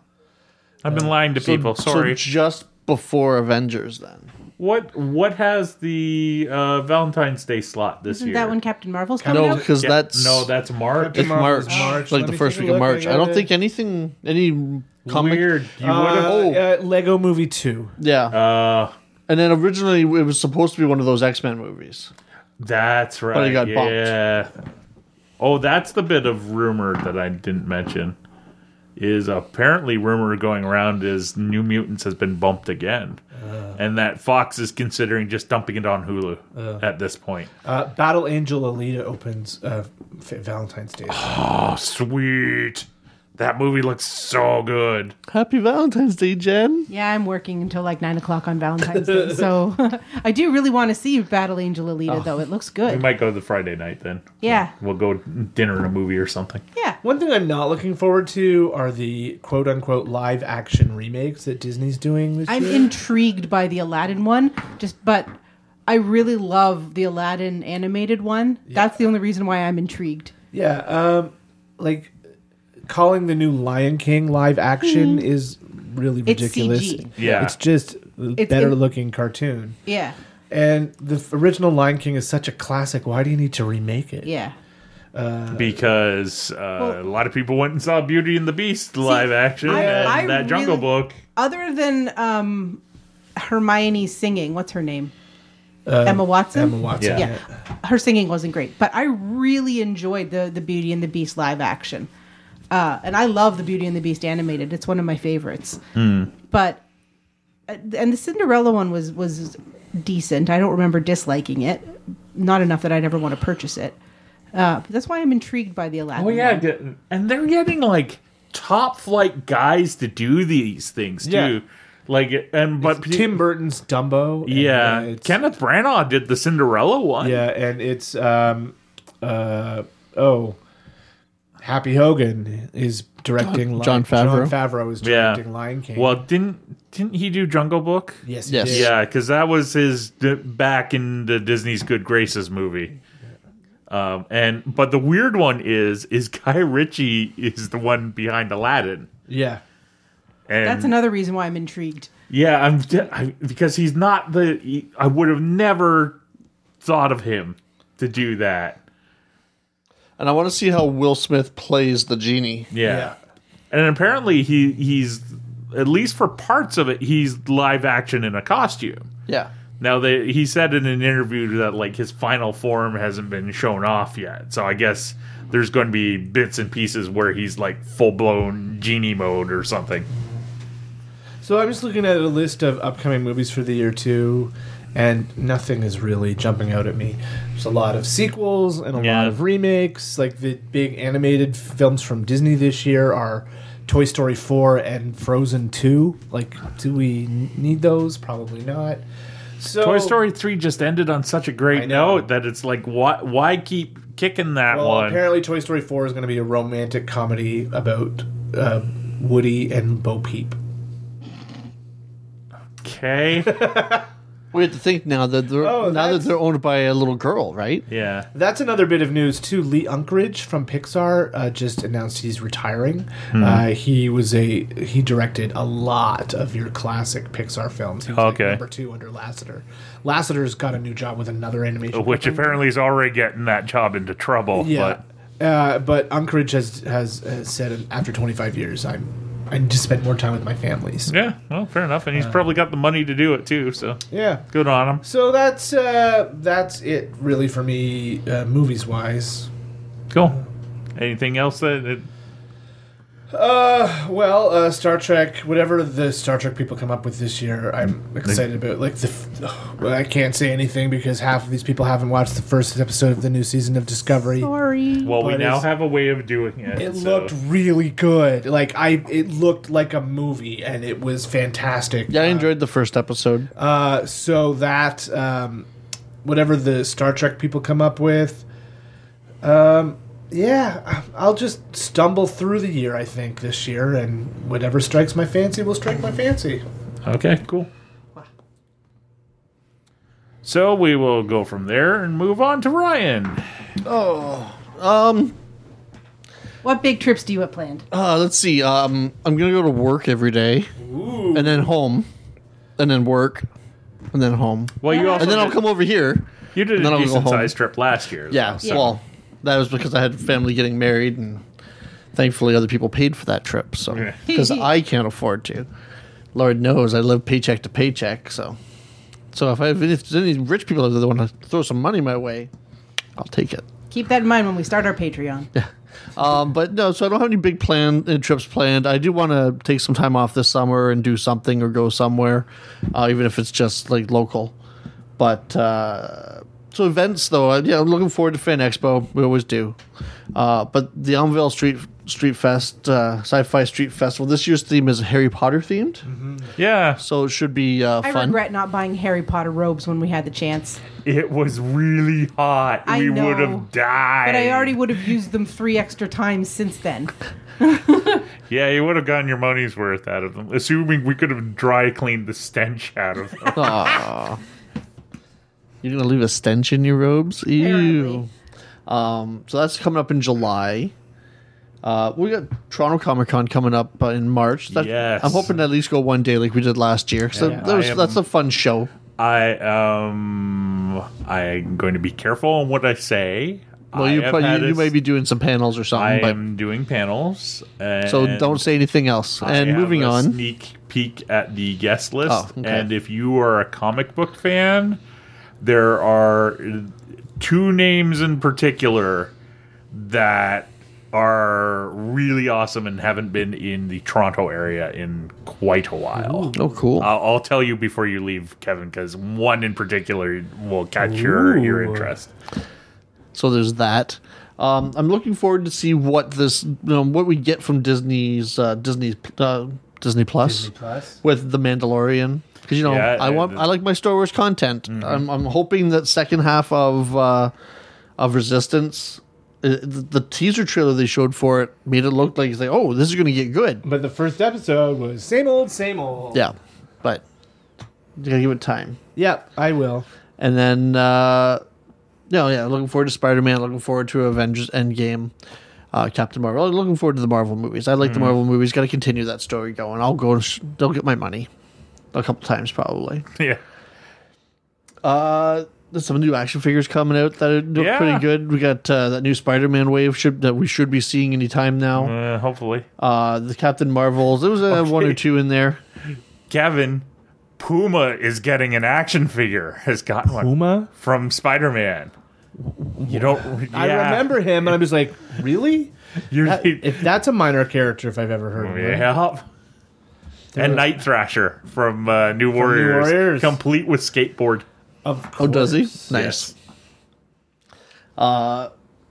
I've been lying to people.
Uh, so
Sorry.
just before Avengers, then.
what what has the uh, Valentine's Day slot this
Isn't
year?
that when Captain Marvel's coming
No,
out?
because
Yeah,
that's
no, that's March.
it's March,
March. March.
like
Let
the
me
first
take a
week of
look. I
March. I, don't
gotta-
think anything, any comic.
Weird. You would
Uh,
have.
Oh.
uh, Lego Movie Two.
Yeah,
Uh,
and then originally it was supposed to be one of those X Men movies.
that's right.
it got bumped.
yeah. Oh, that's the bit of rumor that I didn't mention. Is apparently rumor going around is New Mutants has been bumped again,
Uh.
and that Fox is considering just dumping it on Hulu at this point.
Uh, Battle Angel Alita opens uh, F- Valentine's Day.
Oh, sweet! That movie looks so good.
Happy Valentine's Day, Jen.
Yeah, I'm working until like nine o'clock on Valentine's Day, so I do really want to see Battle Angel Alita, though. It looks
We
Oh.
good.
might go to the Friday night then.
Yeah.
We'll go dinner and a movie or something.
Yeah,
One thing I'm not looking forward to are the quote unquote live action remakes that Disney's doing this
I'm
year.
intrigued by the Aladdin one, just but I really love the Aladdin animated one. That's the only reason why I'm intrigued.
yeah, um, like calling the new Lion King live action is really
Mm-hmm. It's
ridiculous.
CG.
Yeah.
it's just a better
in-
looking cartoon.
Yeah,
And the f- original Lion King is such a classic. Why do you need to remake it?
yeah.
because uh, a lot of people went and saw Beauty and the Beast live action
I-
and
I
that Jungle
really-
Book.
Other than um, Hermione singing, what's her name? Emma Watson.
Uh, Emma Watson.
Yeah.
yeah. her singing wasn't great, but I really enjoyed the the Beauty and the Beast live action, uh, and I love the Beauty and the Beast animated. It's one of my favorites. But uh, and the Cinderella one was was decent. I don't remember disliking it, not enough that I'd ever want to purchase it. Uh, but that's why I'm intrigued by the Aladdin.
Oh yeah,
one.
get- and they're getting like top flight guys to do these things too.
Yeah.
Like and but pe-
Tim Burton's Dumbo. and,
yeah,
uh, it's-
Kenneth Branagh did the Cinderella one.
Yeah, and it's um uh oh Happy Hogan is directing Lion-
Jon
Jon
Favreau.
Favreau is
Yeah.
directing Lion King.
Well, didn't didn't he do Jungle Book?
yes, he
Yes.
did.
Yeah, because that was his d- back in the Disney's Good Graces movie. Um, and but the weird one is is Guy Ritchie is the one behind Aladdin.
yeah.
And
that's another reason why I'm intrigued.
yeah, I'm I, because he's not the. he- I would have never thought of him to do that.
And I want to see how Will Smith plays the genie.
Yeah. and apparently he he's at least for parts of it he's live action in a costume.
Yeah.
Now they, he said in an interview that like his final form hasn't been shown off yet, so I guess there's going to be bits and pieces where he's like full blown genie mode or something.
So I'm just looking at a list of upcoming movies for the year too, and nothing is really jumping out at me. There's a lot of sequels and a
Yeah.
lot of remakes. Like the big animated films from Disney this year are Toy Story 4 and Frozen 2. Like, do we n- need those? Probably not. So
Toy Story three just ended on such a
I
great
know.
note that it's like why why keep kicking that
Well,
one?
apparently, Toy Story 4 is going to be a romantic comedy about uh, Woody and Bo Peep.
Okay,
We have to think now that they're
Oh,
now that
that's-
they're owned by a little girl, right?
yeah,
That's another bit of news, too. Lee Unkrich from Pixar uh, just announced he's retiring.
Hmm.
Uh, he was a he directed a lot of your classic Pixar films. He was like,
Okay.
number two under Lasseter. Lasseter's got a new job with another animation.
which apparently is already getting that job into trouble.
Yeah, uh, but Unkrich has has uh, said after 25 years, I'm I need to spend more time with my families.
but yeah, well, fair enough, and he's probably got the money to do it too. So
yeah.
good on him.
So that's uh, that's it really for me, uh, movies wise.
Cool. Anything else that? that
Well, uh, Star Trek, whatever the Star Trek people come up with this year, I'm excited about. Like the, f- well, I can't say anything because half of these people haven't watched the first episode of the new season of Discovery.
Sorry.
Well, we
But
now
it's-
have a way of doing it.
It
so-
looked really good. Like I, it looked like a movie, and it was fantastic.
Yeah, I enjoyed the first episode.
Uh, so that um, whatever the Star Trek people come up with, um, yeah, I'll just stumble through the year. I think this year, and whatever strikes my fancy will strike my fancy.
Okay, cool. So we will go from there and move on to Ryan.
What big trips do you have planned?
Uh, let's see. Um, I'm gonna go to work every day, and then home, and then work, and then home,
Well, you also
and then I'll
did-
come over here.
You did
and then
a
I'll go
decent
home.
sized trip last year.
Yeah,
though,
so- Well, that was because I had family getting married, and thankfully other people paid for that trip. So
Yeah.
because I can't afford to, Lord knows I live paycheck to paycheck. So, so if I have, if there's any rich people out there that want to throw some money my way, I'll take it.
Keep that in mind when we start our Patreon.
Um, but no, so I don't have any big plan uh, trips planned. I do want to take some time off this summer and do something or go somewhere, uh, even if it's just like local. But uh, so events though, I, yeah, I'm looking forward to Fan Expo. We always do. Uh, but the Elmvale Street Street Fest, uh, Sci-Fi Street Festival. This year's theme is Harry Potter themed,
Yeah.
so it should be uh,
I
fun.
regret not buying Harry Potter robes when we had the chance,
It was really hot.
I
we
know,
would have died.
but I already would have used them three extra times since then.
Yeah, you would have gotten your money's worth out of them. Assuming we could have dry cleaned the stench out of them.
Aw. You're gonna leave a stench in your robes? Ew.
Apparently.
Um, so that's coming up in July. Uh, we got Toronto Comic Con coming up uh, in March. That,
Yes.
I'm hoping to at least go one day like we did last year. So that was,
I am-
that's a fun show.
I um I'm going to be careful on what I say.
Well,
I
you
have
probably
had
you,
a
you may
s-
be doing some panels or something.
I
but,
am doing panels. And
so don't say anything else.
I
and
have
moving
a
on,
sneak peek at the guest list.
Oh, okay.
And if you are a comic book fan, there are two names in particular that are really awesome and haven't been in the Toronto area in quite a while.
oh cool.
I'll, I'll tell you before you leave, Kevin, because one in particular will catch your, your interest.
So there's that. Um, I'm looking forward to see what this, you know, what we get from Disney's uh, Disney's uh, Disney Plus
Plus,
with the Mandalorian because you know
Yeah,
I want
and-
I like my Star Wars content. I'm, I'm hoping that second half of uh, of Resistance, uh, the, the teaser trailer they showed for it made it look like it's like oh this is going to get good.
but the first episode was same old, same old.
Yeah, but you gotta give it time.
Yep, I will.
And then, uh, no, yeah, looking forward to Spider Man, looking forward to Avengers Endgame, uh, Captain Marvel. I'm looking forward to the Marvel movies. I like the Marvel movies. Got to continue that story going. I'll go, sh- they'll get my money a couple times probably.
Yeah.
Uh, there's some new action figures coming out that are look
Yeah.
pretty good. We got uh, that new Spider Man wave should, that we should be seeing anytime now.
Uh, hopefully.
Uh, the Captain Marvels, there was uh, one or
Okay.
two in there.
Kevin, Puma is getting an action figure. Has gotten one.
Uma,
from Spider Man. You don't.
I
yeah.
remember him, and I'm just like, really?
You're,
That- if that's a minor character, if I've ever heard of it.
yeah. And Night Thrasher from uh, New, Warriors,
Warriors.
complete with skateboard.
Of
Oh, does he?
course.
Nice. Uh,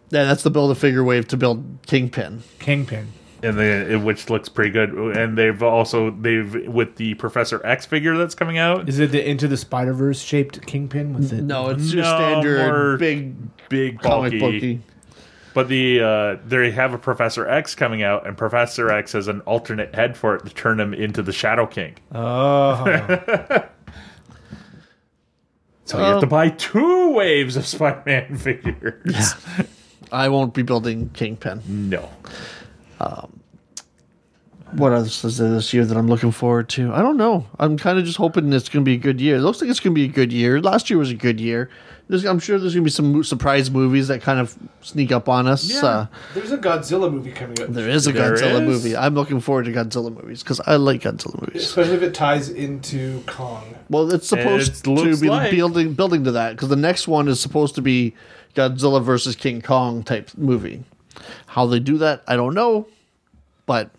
Yeah, that's the build a figure wave to build Kingpin.
Kingpin.
And they, which looks pretty good. And they've also they've with the Professor X figure that's coming out,
Is it the Into the Spider Verse shaped Kingpin with it?
No, it's your
No, more
standard big
big bulky.
comic booky.
But the uh, they have a Professor X coming out, and Professor X has an alternate head for it to turn him into the Shadow King.
Oh,
So you have to
Um,
buy two waves of Spider Man figures.
I won't be building Kingpin.
No.
What else is there this year that I'm looking forward to? I don't know. I'm kind of just hoping it's going to be a good year. It looks like it's going to be a good year. Last year was a good year. There's, I'm sure there's going to be some mo- surprise movies that kind of sneak up on us. Uh,
there's a Godzilla movie coming out,
there is a
There
Godzilla
is?
movie. I'm looking forward to Godzilla movies because I like Godzilla movies.
especially if it ties into Kong.
Well, it's supposed
It
to
looks
be
like-
building building to that because the next one is supposed to be Godzilla versus King Kong type movie. How they do that, I don't know, but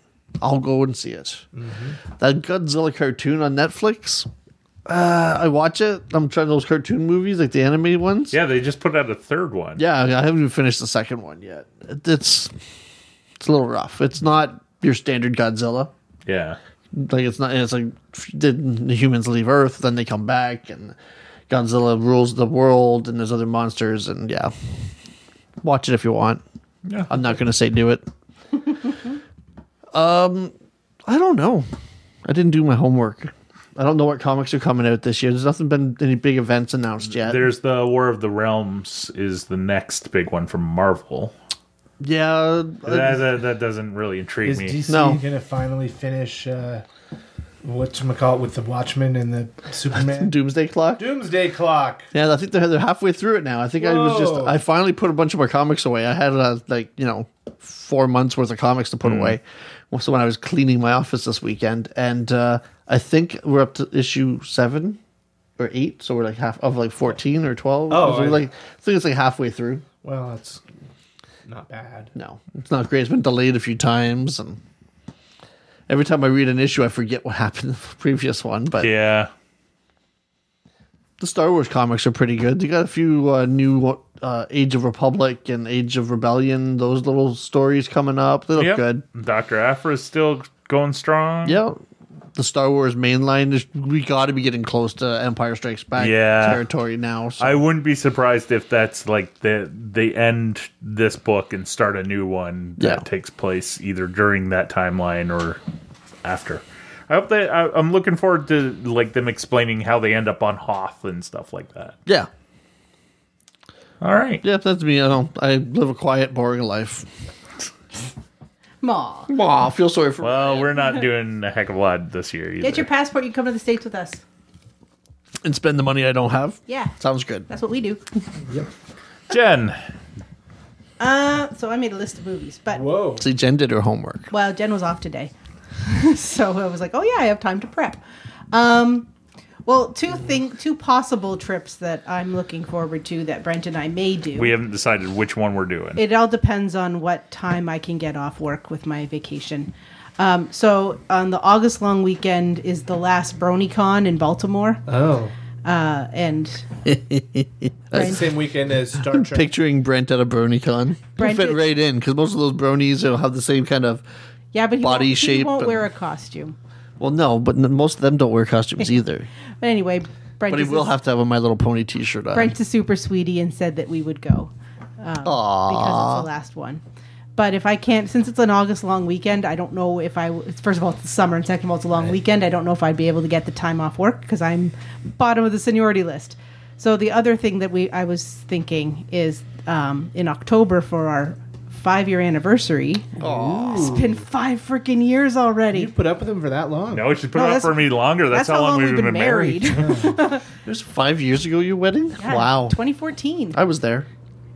I'll go and see it.
Mm-hmm.
That Godzilla cartoon on Netflix. Uh, I watch it. I'm trying those cartoon movies, like the animated ones.
Yeah, they just put out a third one.
Yeah, I haven't even finished the second one yet. It- It's it's a little rough. It's not your standard Godzilla.
Yeah.
Like it's not. It's like did the humans leave Earth, then they come back, and Godzilla rules the world, and there's other monsters, and yeah. Watch it if you want.
Yeah.
I'm not gonna say do it. um, I don't know. I didn't do my homework. I don't know what comics are coming out this year. There's nothing been any big events announced yet.
There's the War of the Realms is the next big one from Marvel.
yeah, uh,
That, that, that doesn't really intrigue
Is
me.
DC
No.
gonna finally finish uh, what you call it with the Watchmen and the Superman
Doomsday Clock.
Doomsday Clock?
Yeah, I think they're, they're halfway through it now. I think I was just
Whoa.
I finally put a bunch of my comics away. I had uh, like you know four months worth of comics to put away. So when I was cleaning my office this weekend, and uh, I think we're up to issue seven or eight. So we're like half of like fourteen or twelve.
Oh,
So we're
I-
like I think it's like halfway through.
Well, that's not bad.
No, it's not great. It's been delayed a few times, and every time I read an issue, I forget what happened in the previous one. But
yeah.
the Star Wars comics are pretty good. They got a few uh, new uh, Age of Republic and Age of Rebellion. Those little stories coming up. They look
Yep.
good.
Dr. Afra is still going strong.
Yeah. The Star Wars mainline is we got to be getting close to Empire Strikes Back
Yeah.
territory now. So
I wouldn't be surprised if that's like the they end this book and start a new one that
Yeah.
takes place either during that timeline or after. I hope that I, I'm looking forward to like them explaining how they end up on Hoth and stuff like that.
yeah,
All right,
yeah, that's me. I don't. I live a quiet, boring life.
Maw.
Wow, I feel sorry for.
Well, we're not doing a heck of a lot this year either.
Get your passport. You can come to the states with us.
and spend the money I don't have.
Yeah,
Sounds good.
that's what we do.
Jen.
Uh, so I made a list of movies, but
Whoa.
See, Jen did her homework.
well, Jen was off today, so I was like, oh yeah, I have time to prep. Um, well, two thing, two possible trips that I'm looking forward to that Brent and I may do.
We haven't decided which one we're doing.
It all depends on what time I can get off work with my vacation. Um, so on the August long weekend is the last BronyCon in Baltimore,
Oh.
uh, and
That's the same weekend as Star Trek.
Picturing Brent at a BronyCon. You
Brent
fit
is-
right in because most of those bronies will have the same kind of.
yeah, but he
Body
won't, he
shape
won't
and-
wear a costume.
Well, no, but n- most of them don't wear costumes either.
But anyway, Brent
But he
is
will
a-
have to have a My Little Pony T-shirt on.
Brent's a super sweetie and said that we would go um, because it's the last one. But if I can't, since it's an August long weekend, I don't know if I. w- First of all, it's the summer, and second of all, it's a long weekend. I don't know if I'd be able to get the time off work because I'm bottom of the seniority list. So the other thing that we I was thinking is um, in October for our five year anniversary. It's been five freaking years already.
You put up with him for that long?
No, we should put
No,
it up
that's-
for me longer. That's, how long, we've been, married.
It was five years ago your wedding? wow.
2014.
I was there.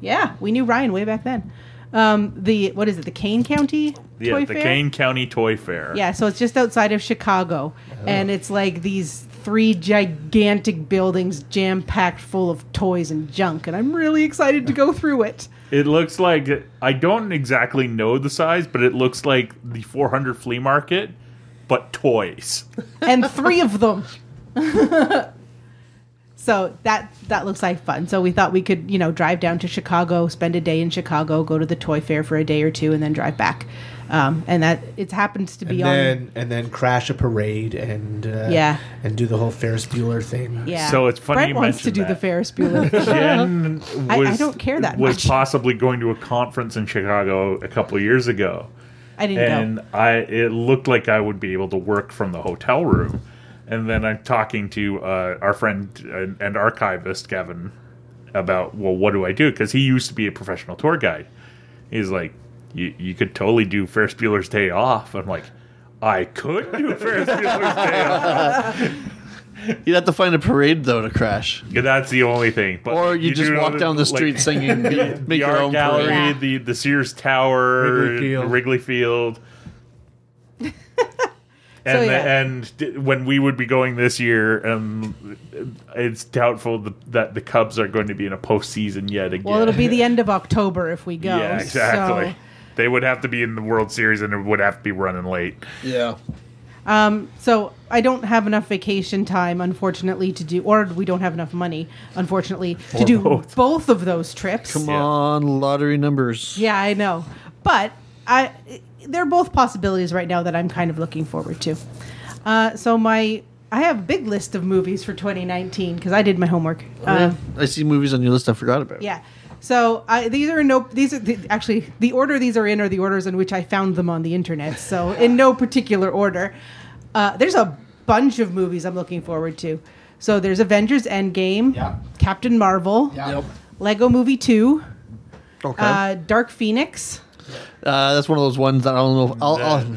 Yeah, we knew Ryan way back then. Um, the what is it? The Kane County
yeah,
Toy
the
Fair?
Kane County Toy Fair.
Yeah, so it's just outside of Chicago,
Oh.
and it's like these three gigantic buildings jam packed full of toys and junk, and I'm really excited to go through it.
It looks like I don't exactly know the size, but it looks like the 400 flea market, but toys.
and three of them. so that that looks like fun. So we thought we could, you know, drive down to Chicago, spend a day in Chicago, go to the toy fair for a day or two, and then drive back. Um, and that it happens to
And
be on.
then and then crash a parade and uh,
Yeah.
and do the whole Ferris Bueller thing.
yeah.
So it's funny
Brent
you
wants to
mentioned
do the
that.
Ferris Bueller.
Jen was,
I don't care that
was
much.
possibly going to a conference in Chicago a couple years ago,
I didn't
and
go.
I it looked like I would be able to work from the hotel room. And then I'm talking to uh, our friend and, and archivist Gavin about well, what do I do? Because he used to be a professional tour guide. He's like, you you could totally do Ferris Bueller's Day Off. I'm like, I could do Ferris Bueller's Day Off.
You'd have to find a parade though to crash,
Yeah, That's the only thing. But
or you,
do
just
know
walk
that,
down the
like,
street singing, make
the
your
art
own
gallery,
parade.
Yeah.
the the Sears Tower,
Wrigley Field.
Wrigley Field. and
So,
the-
yeah.
and d- when we would be going this year, um, it's doubtful th that the Cubs are going to be in a postseason yet again.
Well, it'll be the end of October if we go.
yeah, exactly.
So
They would have to be in the World Series and it would have to be running late.
Yeah.
So I don't have enough vacation time, unfortunately, to do, or we don't have enough money, unfortunately, to do
both.
both. of those trips.
Come on, lottery numbers.
Yeah, I know, but I they're both possibilities right now that I'm kind of looking forward to. Uh, so my I have a big list of movies for 2019 because I did my homework. Uh,
I see movies on your list I forgot about.
yeah. So I, these are no. These are the, actually the order these are in are the orders in which I found them on the internet. So in no particular order. Uh, there's a bunch of movies I'm looking forward to. So there's Avengers Endgame,
Yeah.
Captain Marvel,
Yep.
Lego Movie Two,
Okay. Uh,
uh, Dark Phoenix.
that's one of those ones that I don't know. If I'll,
uh,
I'll,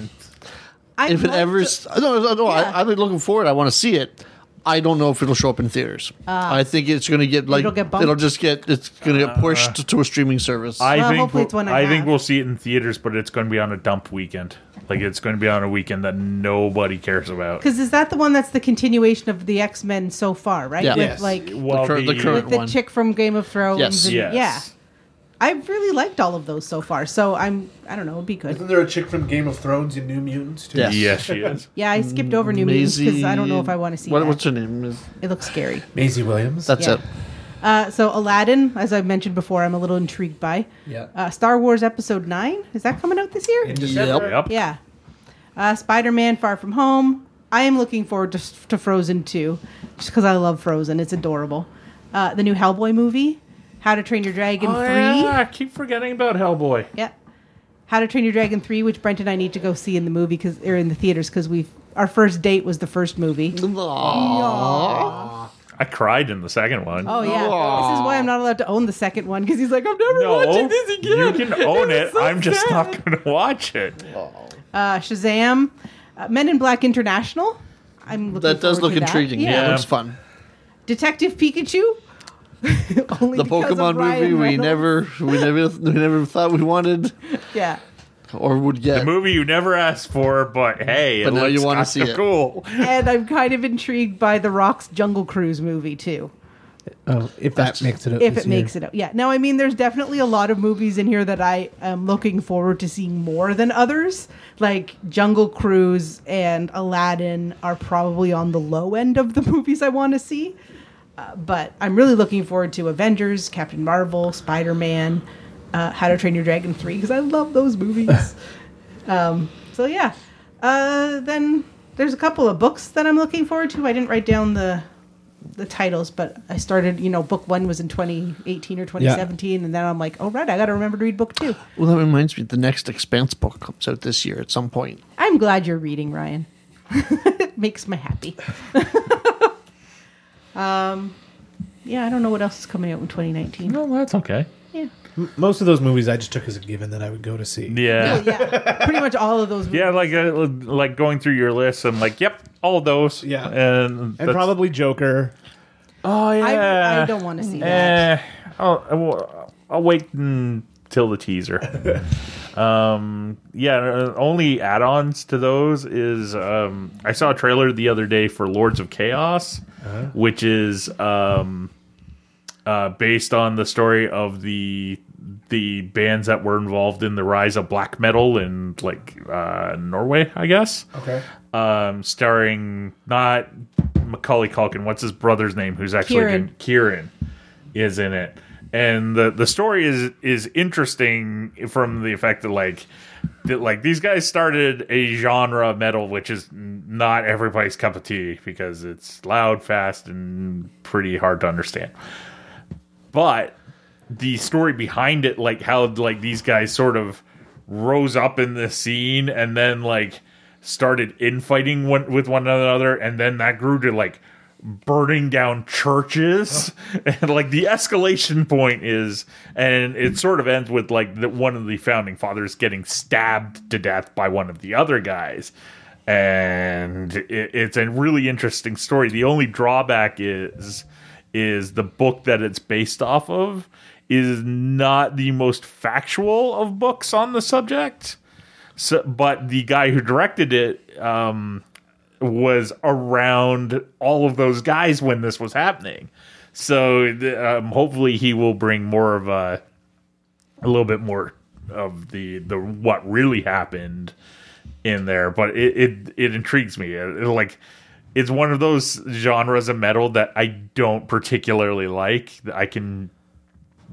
I
if it
want
ever,
to-
s no, no, no
Yeah.
I, I've been looking forward. I want to see it. I don't know if it'll show up in theaters. I think it's going to get like
Ah. It'll get bumped?
just get it's going to get pushed to a streaming service.
Uh, I
Well,
think
hopefully
we'll,
it's one and a
I think
half.
we'll see it in theaters, but it's going to be on a dump weekend. Like it's going to be on a weekend that nobody cares about.
Because is that the one that's the continuation of the X Men so far, right?
Yeah.
With,
Yes.
Like
Well,
The current- the current-
with the
one.
chick from Game of Thrones.
Yes.
and-
yes.
Yeah. I really liked all of those so far, so I'm I don't know, it'd be
Isn't
good.
there a chick from Game of Thrones in New Mutants? Too?
Yeah.
Yes, she is.
Yeah, I skipped over New Mutants because I don't know if I want to see
what,
that.
What's her name? Is-
it looks scary.
Maisie Williams.
That's
Yeah.
it.
Uh, so Aladdin, as I've mentioned before, I'm a little intrigued by.
Yeah.
Uh, Star Wars Episode Nine is that coming out this year?
In December.
Yep.
Yeah. Uh, Spider Man Far From Home. I am looking forward to, to Frozen 2, just because I love Frozen. It's adorable. Uh, the new Hellboy movie, How to Train Your Dragon
Oh,
3.
yeah, I keep forgetting about Hellboy.
Yeah. How to Train Your Dragon 3, which Brent and I need to go see in the movie because or in the theaters because we our first date was the first movie.
I cried in the second one.
Oh yeah. This is why I'm not allowed to own the second one because he's like, I'm never watching
no,
this again.
you can own
was
it.
so
I'm just
sad.
not going to watch it.
Uh, Shazam, uh, Men in Black International. I'm looking
That does
forward
look
to that.
intriguing. Yeah. it
Yeah.
looks fun.
Detective Pikachu. Only
The
because of
Pokemon
Ryan
movie we
Reynolds.
never, we never, we never thought we wanted
Yeah.
or would get.
Movie you never asked for, but hey,
But
it
now you
looks
wanna
kinda
see it.
Cool.
And I'm kind of intrigued by The Rock's Jungle Cruise movie too.
Oh, if that makes it. Up
If it makes it up. Yeah. Now I mean there's definitely a lot of movies in here that I am looking forward to seeing more than others. Like Jungle Cruise and Aladdin are probably on the low end of the movies I want to see. Uh, but I'm really looking forward to Avengers, Captain Marvel, Spider-Man, uh, How to Train Your Dragon 3 because I love those movies. So yeah, uh, then there's a couple of books that I'm looking forward to. I didn't write down the the titles, but I started. You know, book one was in 2018 or 2017, and then I'm like, oh right, I got to remember to read book two.
Well, that reminds me. The next Expanse book comes out this year at some point.
I'm glad you're reading, Ryan. it makes me happy. um, yeah, I don't know what else is coming out in 2019.
No, that's okay.
Yeah,
Most of those movies I just took as a given that I would go to see.
Yeah.
Oh, yeah, pretty much all of those.
Yeah, like uh, like going through your list, I'm like, yep, all those.
Yeah.
and,
And
that's-
probably Joker.
Oh yeah,
I, I don't want to see that.
Eh, I'll, I will- I'll wait until the teaser. um, yeah, uh, only add-ons to those is um, I saw a trailer the other day for Lords of Chaos, which is um, uh, based on the story of the the bands that were involved in the rise of black metal in like uh, Norway, I guess
Okay.
um, starring not Macaulay Culkin. What's his brother's name? Who's actually
Kieran.
been Kieran is in it, and the the story is is interesting from the effect that like that like these guys started a genre of metal which is n- not everybody's cup of tea because it's loud, fast, and pretty hard to understand. But the story behind it like how like these guys sort of rose up in the scene and then like started infighting one, with one another and then that grew to like burning down churches and like the escalation point is and it sort of ends with like the, one of the founding fathers getting stabbed to death by one of the other guys and it, it's a really interesting story the only drawback is is the book that it's based off of is not the most factual of books on the subject. So, but the guy who directed it um, was around all of those guys when this was happening. So th- um, hopefully he will bring more of a a little bit more of the the what really happened in there, but it it, it intrigues me. It- it, like it's one of those genres of metal that I don't particularly like. I can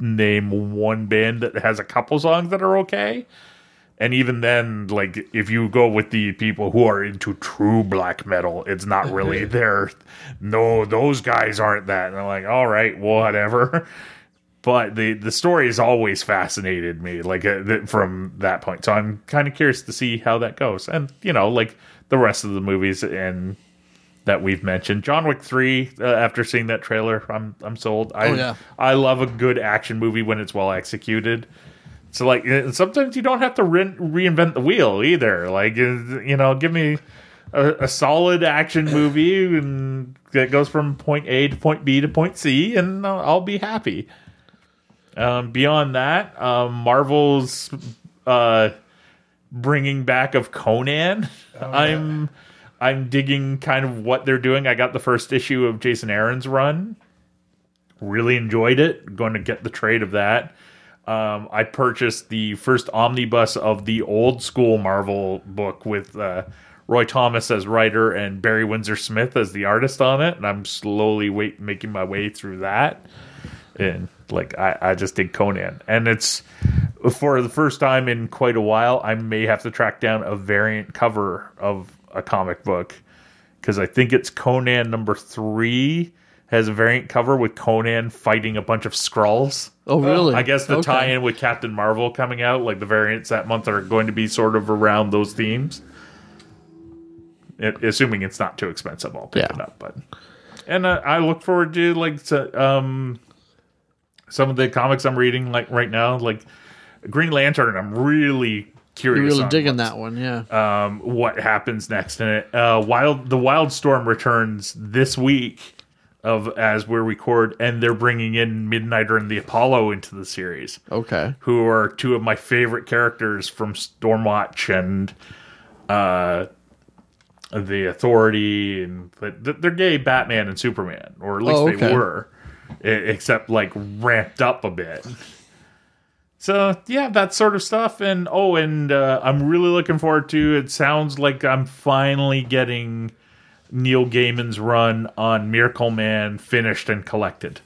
name one band that has a couple songs that are okay. And even then, like if you go with the people who are into true black metal, it's not really their. No, those guys aren't that. And I'm like, all right, whatever. But the the story has always fascinated me, like uh, th- from that point. So I'm kind of curious to see how that goes, and you know, like the rest of the movies and that we've mentioned. John Wick Three. Uh, after seeing that trailer, I'm I'm sold. I
Oh, yeah.
I love a good action movie when it's well executed. So like uh, sometimes you don't have to re- reinvent the wheel either. Like uh, you know, give me a, a solid action movie and that goes from point A to point B to point C, and I'll, I'll be happy. Um, beyond that, um, Marvel's uh, bringing back of Conan. I'm I'm digging kind of what they're doing. I got the first issue of Jason Aaron's run. Really enjoyed it. Going to get the trade of that. Um, I purchased the first omnibus of the old school Marvel book with uh, Roy Thomas as writer and Barry Windsor Smith as the artist on it, and I'm slowly wait making my way through that in. Like I, I just did Conan, and it's for the first time in quite a while. I may have to track down a variant cover of a comic book because I think it's Conan number three has a variant cover with Conan fighting a bunch of Skrulls.
Oh, really?
Uh, I guess the
Okay.
tie-in with Captain Marvel coming out, like the variants that month, are going to be sort of around those themes. It, assuming it's not too expensive, I'll pick
Yeah.
it up. But and uh, I look forward to like to, um some of the comics I'm reading like right now, like Green Lantern. I'm really
You're
curious.
really
on
digging
what's-
that one, yeah.
um, what happens next in it. Uh, Wild the Wildstorm returns this week of as we record, and they're bringing in Midnighter and the Apollo into the series,
Oh, okay.
who are two of my favorite characters from Stormwatch and uh, the Authority, and but th- they're gay Batman and Superman, or at least
Oh,
they
okay.
were, e- except like ramped up a bit. So yeah, that sort of stuff. And oh, and uh, I'm really looking forward to. It sounds like I'm finally getting Neil Gaiman's run on Miracle Man finished and collected,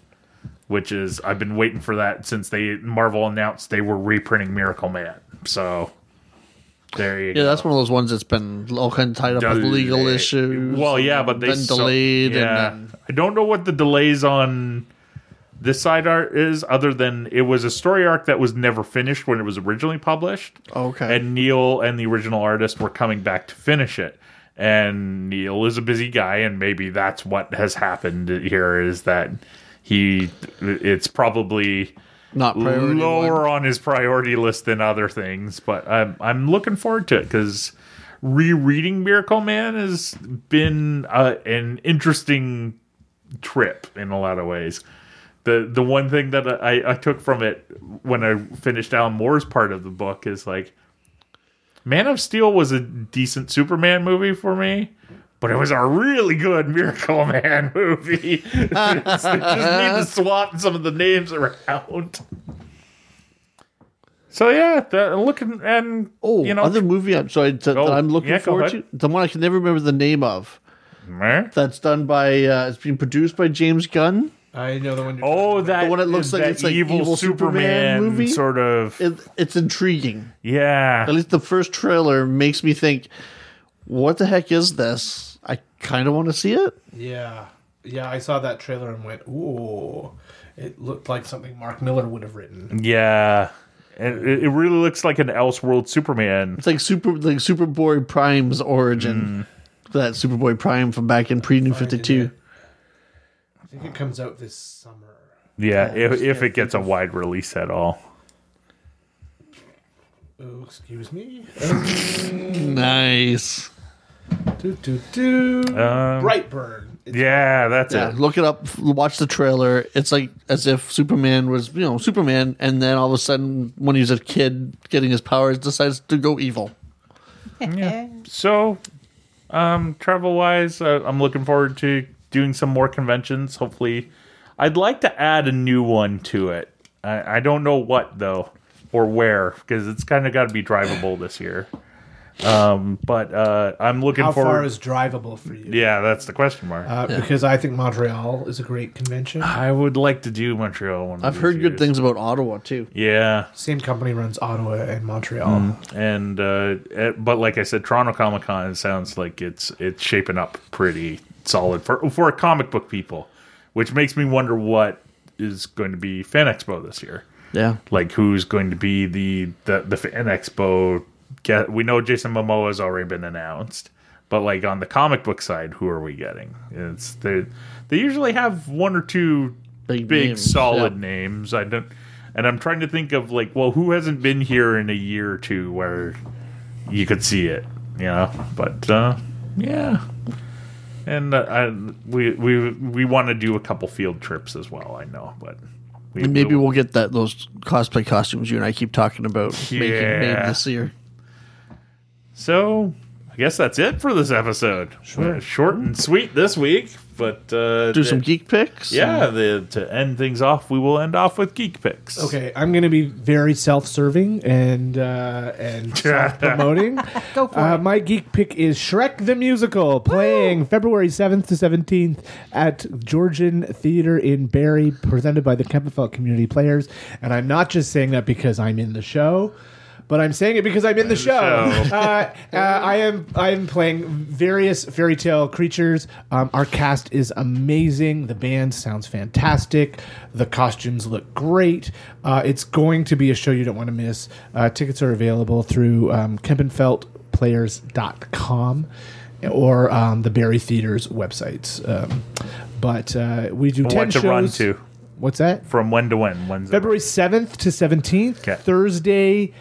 which is I've been waiting for that since they Marvel announced they were reprinting Miracle Man. So there you
Yeah,
go.
that's one of those ones that's been all kind of tied up with
Del-
legal issues.
Well, yeah, but they
been
so-
delayed.
yeah.
and then,
I don't know what the delays on this side art is, other than it was a story arc that was never finished when it was originally published.
Okay.
And Neil and the original artist were coming back to finish it. And Neil is a busy guy, and maybe that's what has happened here is that he it's probably
not priority.
lower
one.
on his priority list than other things, but I'm I'm looking forward to it because rereading Miracle Man has been uh, an interesting trip in a lot of ways. The the one thing that I, I took from it when I finished Alan Moore's part of the book is like Man of Steel was a decent Superman movie for me, but it was a really good Miracle Man movie. I just need to swap some of the names around. So yeah, the, looking and
Oh,
you know,
other movie I'm sorry that, that
Oh,
I'm looking
yeah, go
forward to.
ahead.
The one I can never remember the name of.
Meh.
That's done by. Uh, it's being produced by James Gunn.
I know the one. You're
oh that
The one that looks like
that
it's like evil Superman movie?
sort of
It, it's intriguing.
yeah.
At least the first trailer makes me think, "What the heck is this?" I kind of want to see it.
Yeah, yeah. I saw that trailer and went, "Ooh!" It looked like something Mark Miller would have written.
Yeah. And it, it really looks like an Elseworld Superman.
It's like super, like Superboy Prime's origin.
Mm.
That Superboy Prime from back in pre New Fifty Two.
I think it comes out this summer.
Yeah, if, if it gets a wide release at all.
Oh, excuse me. Oh,
Nice.
do do do.
Um,
Brightburn. It's
Yeah, that's
Yeah,
it.
look it up. f- Watch the trailer. It's like as if Superman was, you know, Superman, and then all of a sudden, when he's a kid getting his powers, decides to go evil.
so um travel wise uh, i'm looking forward to doing some more conventions hopefully i'd like to add a new one to it i, I don't know what though or where because it's kind of got to be drivable this year. Um, but uh, I'm looking
How
forward.
far is drivable for you?
yeah, that's the question mark.
Uh, Because I think Montreal is a great convention.
I would like to do Montreal. One of
I've
these
heard good
years.
things about Ottawa too.
Yeah,
Same company runs Ottawa and Montreal.
Mm. and uh, it- but like I said, Toronto Comic Con sounds like it's it's shaping up pretty solid for for comic book people, which makes me wonder what is going to be Fan Expo this year.
Yeah.
Like who's going to be the the, the Fan Expo? Get, we know Jason Momoa has already been announced, but like on the comic book side, who are we getting? It's they they usually have one or two
Big
big
names,
solid
yeah.
names. I don't, and I'm trying to think of like, well, who hasn't been here in a year or two where you could see it, you know? But uh, yeah, and uh, I we we we want to do a couple field trips as well. I know, but we,
And maybe we'll get that those cosplay costumes you and I keep talking about making made
Yeah.
this year.
So I guess that's it for this episode. Sure. Short and sweet this week, but uh,
Do some
the-
geek picks.
Yeah, the, to end things off, we will end off with geek picks.
Okay, I'm going to be very self-serving and uh, and self-promoting.
Go for
Uh,
it.
my geek pick is Shrek the Musical, playing February 7th to 17th at Georgian Theater in Barrie, presented by the Kempenfelt Community Players. And I'm not just saying that because I'm in the show. But I'm saying it because I'm in the show.
show.
Uh, uh, I am I am playing various fairy tale creatures. Um, our cast is amazing. The band sounds fantastic. The costumes look great. Uh, it's going to be a show you don't want to miss. Uh, tickets are available through um, KempenfeldPlayers.com or um, the Barry Theater's websites. Um, but uh, we do ten
What to
shows.
run to
What's that?
from when to when? When's it?
February 7th to 17th,
Okay.
Thursday,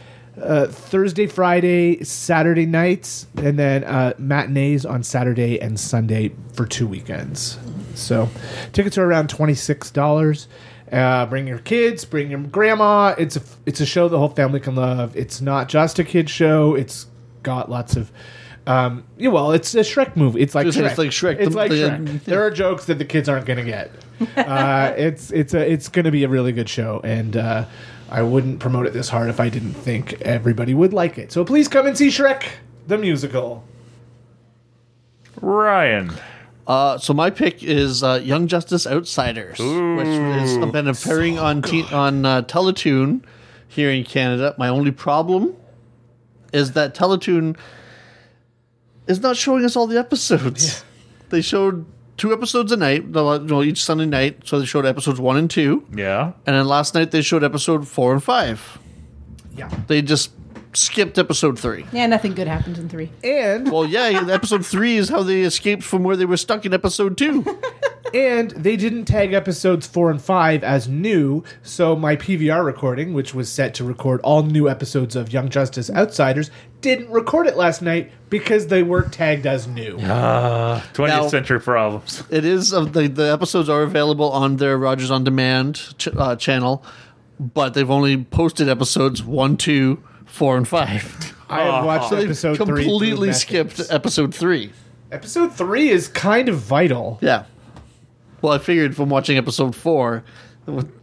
uh, Thursday, Friday, Saturday nights, and then uh, matinees on Saturday and Sunday for two weekends. So tickets are around $26. Uh, bring your kids, bring your grandma. It's a it's a show the whole family can love. It's not just a kid show. It's got lots of, um, yeah. Well, it's a Shrek movie. It's like
Just
Shrek.
like Shrek.
It's
The-
like
the- uh,
Shrek. There are jokes that the kids aren't going to get. Uh, it's it's a it's going to be a really good show, and uh, I wouldn't promote it this hard if I didn't think everybody would like it. So please come and see Shrek the musical.
Ryan.
Uh, so my pick is uh, Young Justice Outsiders, which is, I've been appearing on t- on uh, Teletoon here in Canada. My only problem is that Teletoon is not showing us all the episodes. They showed two episodes a night, no, no, each Sunday night. So they showed episodes one and two,
Yeah.
and then last night they showed episode four and five.
Yeah.
They just skipped episode three.
Yeah, nothing good happens in three.
And
Well, yeah, episode three is how they escaped from where they were stuck in episode two.
and they didn't tag episodes four and five as new, so my PVR recording, which was set to record all new episodes of Young Justice Outsiders, didn't record it last night because they weren't tagged as new.
Ah.
20th
Now-
century problems.
It is of the the episodes are available on their Rogers on Demand ch- uh, channel, but they've only posted episodes one, two, four, and five.
I have watched
So Ah. they
episode three. through
completely
methods.
skipped episode three.
Episode three is kind of vital.
Yeah. Well, I figured from watching episode four,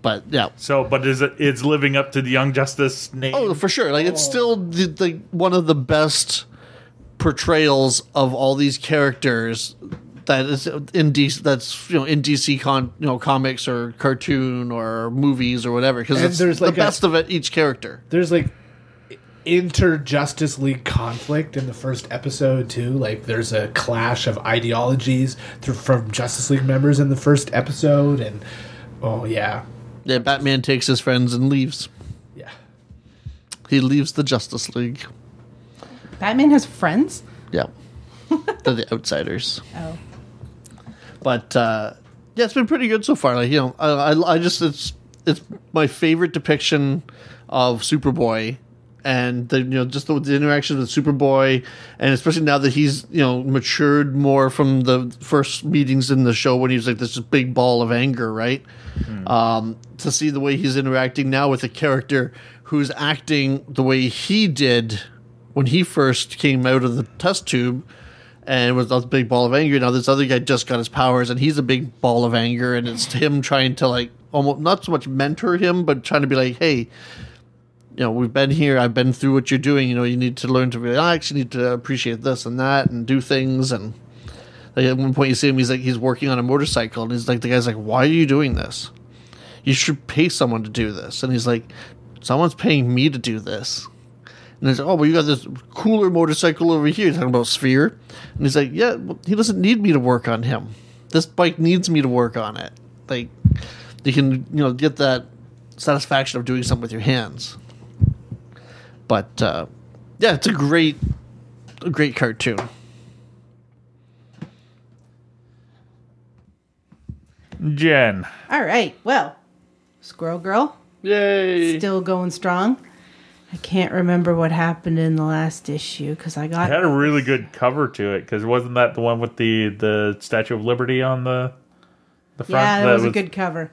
but yeah.
So, but is it? It's living up to the Young Justice name.
Oh, for sure. Like it's still the, the one of the best portrayals of all these characters that is in DC. That's you know in DC con you know comics or cartoon or movies or whatever because
And
it's
there's like a-
the best of it, each character.
there's like inter Justice League conflict in the first episode too. Like there's a clash of ideologies through, from Justice League members in the first episode, and oh yeah,
Yeah, Batman takes his friends and leaves.
yeah.
He leaves the Justice League.
Batman has friends.
Yeah, they're the outsiders.
Oh,
but uh, yeah, it's been pretty good so far. Like you know, I, I, I just it's it's my favorite depiction of Superboy, and the you know just the, the interaction with Superboy, and especially now that he's you know matured more from the first meetings in the show when he was like this big ball of anger, right? Um, to see the way he's interacting now with a character who's acting the way he did when he first came out of the test tube and was this big ball of anger. Now this other guy just got his powers, and he's a big ball of anger, and it's him trying to like almost not so much mentor him, but trying to be like, hey, you know, we've been here. I've been through what you're doing. You know, you need to learn to really. I actually need to appreciate this and that, and do things. And like at one point, you see him. He's like he's working on a motorcycle, and he's like the guy's like, "Why are you doing this? You should pay someone to do this." And he's like, "Someone's paying me to do this." And he's like, "Oh, well, you got this cooler motorcycle over here." Talking about Sphere, and he's like, "Yeah, well, he doesn't need me to work on him. This bike needs me to work on it. Like, you can you know get that." satisfaction of doing something with your hands but uh, yeah, it's a great, a great cartoon.
Jen.
All right. Well, Squirrel Girl
Yay!
still going strong. I can't remember what happened in the last issue because I
It had
got
a really good cover to it because wasn't that the one with the the Statue of Liberty on the the front?
yeah, that was a good cover.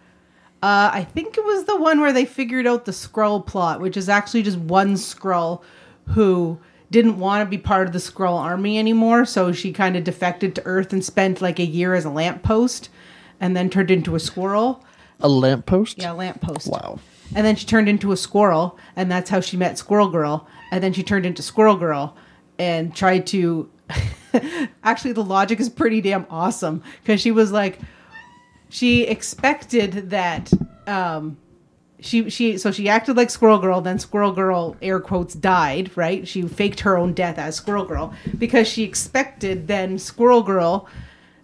Uh, I think it was the one where they figured out the scroll plot, which is actually just one scroll who didn't want to be part of the scroll army anymore, so she kind of defected to Earth and spent like a year as a lamppost, and then turned into a squirrel.
A lamppost.
Yeah, a lamppost.
Wow.
And then she turned into a squirrel, and that's how she met Squirrel Girl. And then she turned into Squirrel Girl and tried to. Actually, the logic is pretty damn awesome because she was like, she expected that. Um, she she so she acted like Squirrel Girl, then Squirrel Girl air quotes died, right? She faked her own death as Squirrel Girl because she expected then Squirrel Girl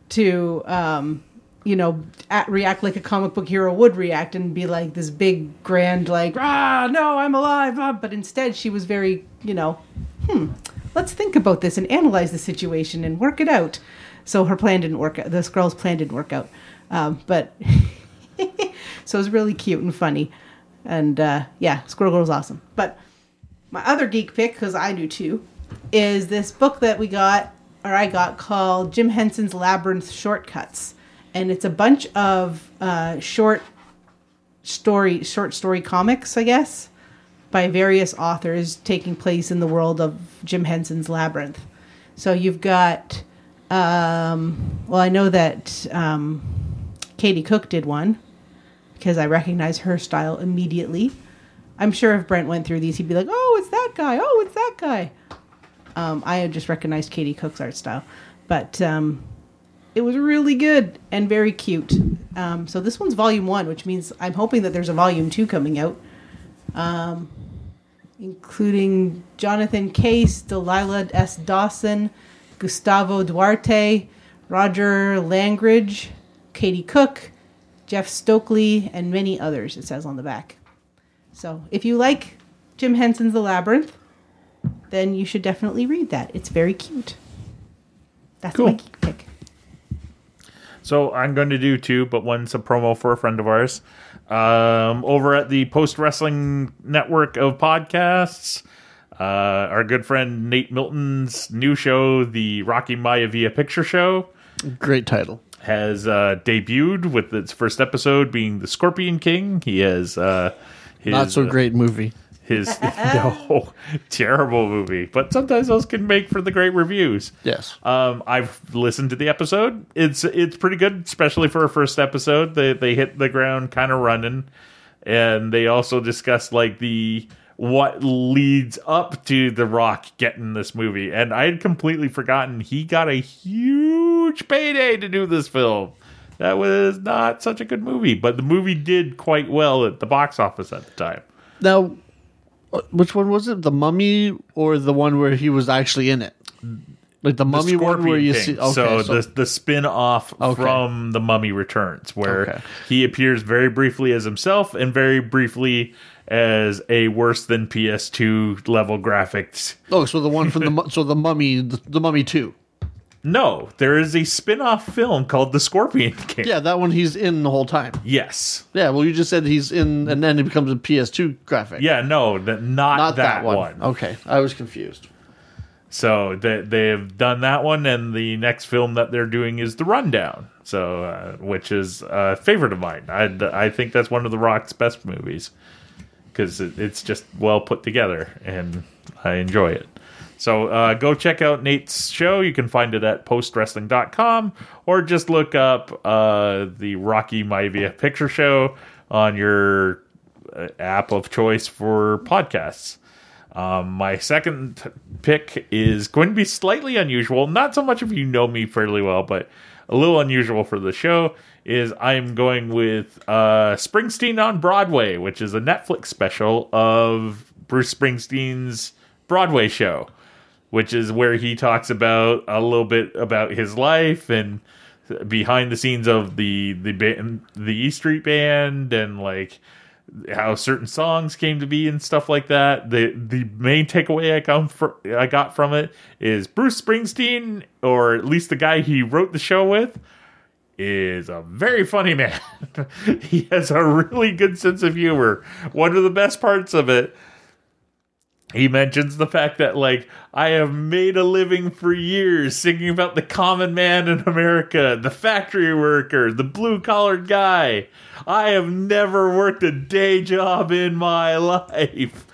to um you know at, react like a comic book hero would react and be like this big grand like ah no I'm alive ah," but instead she was very you know hmm let's think about this and analyze the situation and work it out so her plan didn't work out the Squirrel's plan didn't work out um, but so it was really cute and funny and uh, yeah Squirrel Girl's awesome but my other geek pick because I do too is this book that we got or I got called Jim Henson's Labyrinth Shortcuts, and it's a bunch of uh, short story short story comics, I guess, by various authors taking place in the world of Jim Henson's Labyrinth. So you've got um, well, I know that um, Katie Cook did one because I recognize her style immediately. I'm sure if Brent went through these, he'd be like, "Oh, it's that guy. Oh, it's that guy." Um, I had just recognized Katie Cook's art style, but um, it was really good and very cute. Um, so this one's volume one, which means I'm hoping that there's a volume two coming out, um, including Jonathan Case, Delilah S. Dawson, Gustavo Duarte, Roger Langridge, Katie Cook, Jeff Stokely, and many others. It says on the back. So if you like Jim Henson's The Labyrinth, then you should definitely read that. It's very cute. That's
Cool.
my geek pick.
So I'm going to do two, but one's a promo for a friend of ours. Um, over at the Post Wrestling Network of podcasts, uh, our good friend Nate Milton's new show, the Rocky Maya Via Picture Show,
Great title.
has uh, debuted with its first episode being the Scorpion King. He has uh, his
Not so
uh,
great movie.
his no terrible movie, but sometimes those can make for the great reviews.
Yes.
Um, I've listened to the episode. It's it's pretty good, especially for a first episode. They they hit the ground kind of running, and they also discuss like the what leads up to The Rock getting this movie. And I had completely forgotten he got a huge payday to do this film. That was not such a good movie, but the movie did quite well at the box office at the time.
Now, uh, which one was it? The Mummy or the one where he was actually in it? Like the Mummy one where you see. Okay,
so, the the spin off
Okay.
from the Mummy Returns, where
Okay.
he appears very briefly as himself and very briefly as a worse than PS2 level graphics.
oh, so the one from the mu- so the Mummy the, the Mummy Two.
No, there is a spin off film called The Scorpion King.
Yeah, that one he's in the whole time.
Yes.
Yeah. Well, you just said he's in, and then it becomes a PS2 graphic.
Yeah, no, th- not,
Not
that, one.
Okay, I was confused.
So they they've done that one, and the next film that they're doing is The Rundown. So, uh, which is a favorite of mine. I I think that's one of The Rock's best movies because it, it's just well put together, and I enjoy it. So uh, go check out Nate's show. You can find it at postwrestling.com or just look up uh, the Rocky Maivia Picture Show on your uh, app of choice for podcasts. Um, my second t- pick is going to be slightly unusual. Not so much if you know me fairly well, but a little unusual for the show. Is I'm going with uh, Springsteen on Broadway, which is a Netflix special of Bruce Springsteen's Broadway show which is where he talks about a little bit about his life and behind the scenes of the the band, the E Street Band and like how certain songs came to be and stuff like that. The the main takeaway I come fr- I got from it is Bruce Springsteen or at least the guy he wrote the show with is a very funny man. he has a really good sense of humor. One of the best parts of it he mentions the fact that like I have made a living for years singing about the common man in America, the factory worker, the blue collar guy. I have never worked a day job in my life.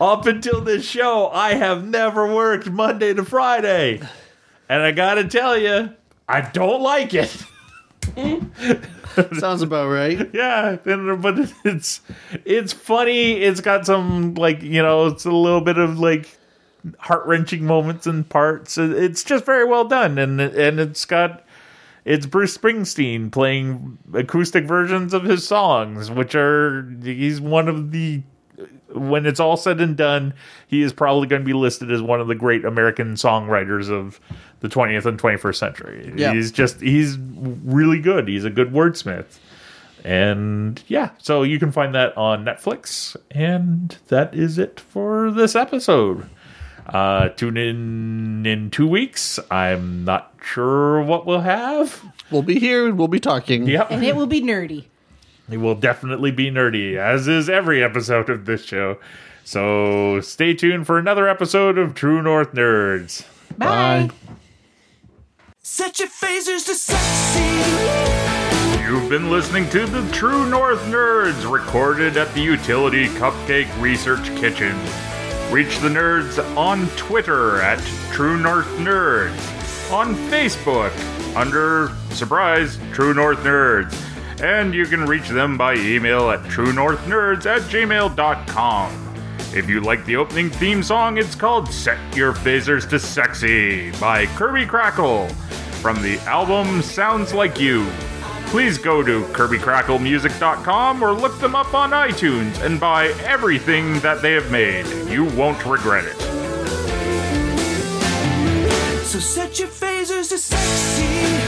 Up until this show, I have never worked Monday to Friday. And I got to tell you, I don't like it.
Sounds about right.
yeah and- but it's it's funny it's got some like you know it's a little bit of like heart-wrenching moments and parts It- it's just very well done and and it's got it's Bruce Springsteen playing acoustic versions of his songs which are he's one of the when it's all said and done he is probably going to be listed as one of the great American songwriters of the 20th and 21st century
Yeah.
he's just he's really good he's a good wordsmith and yeah, so you can find that on Netflix. And that is it for this episode. Uh, tune in in two weeks. I'm not sure what we'll have.
We'll be here and we'll be talking.
Yep.
and it will be nerdy.
It will definitely be nerdy, as is every episode of this show. So stay tuned for another episode of True North Nerds.
Bye.
Set your phasers to sexy.
You've been listening to the True North Nerds, recorded at the Utility Cupcake Research Kitchen. Reach the nerds on Twitter at True North Nerds, on Facebook under Surprise True North Nerds, and you can reach them by email at truenorthnerds at gmail.com. If you like the opening theme song, it's called Set Your Phasers to Sexy by Kirby Crackle from the album Sounds Like You. Please go to KirbyCracklemusic.com or look them up on iTunes and buy everything that they have made. You won't regret it.
So set your phasers to sexy.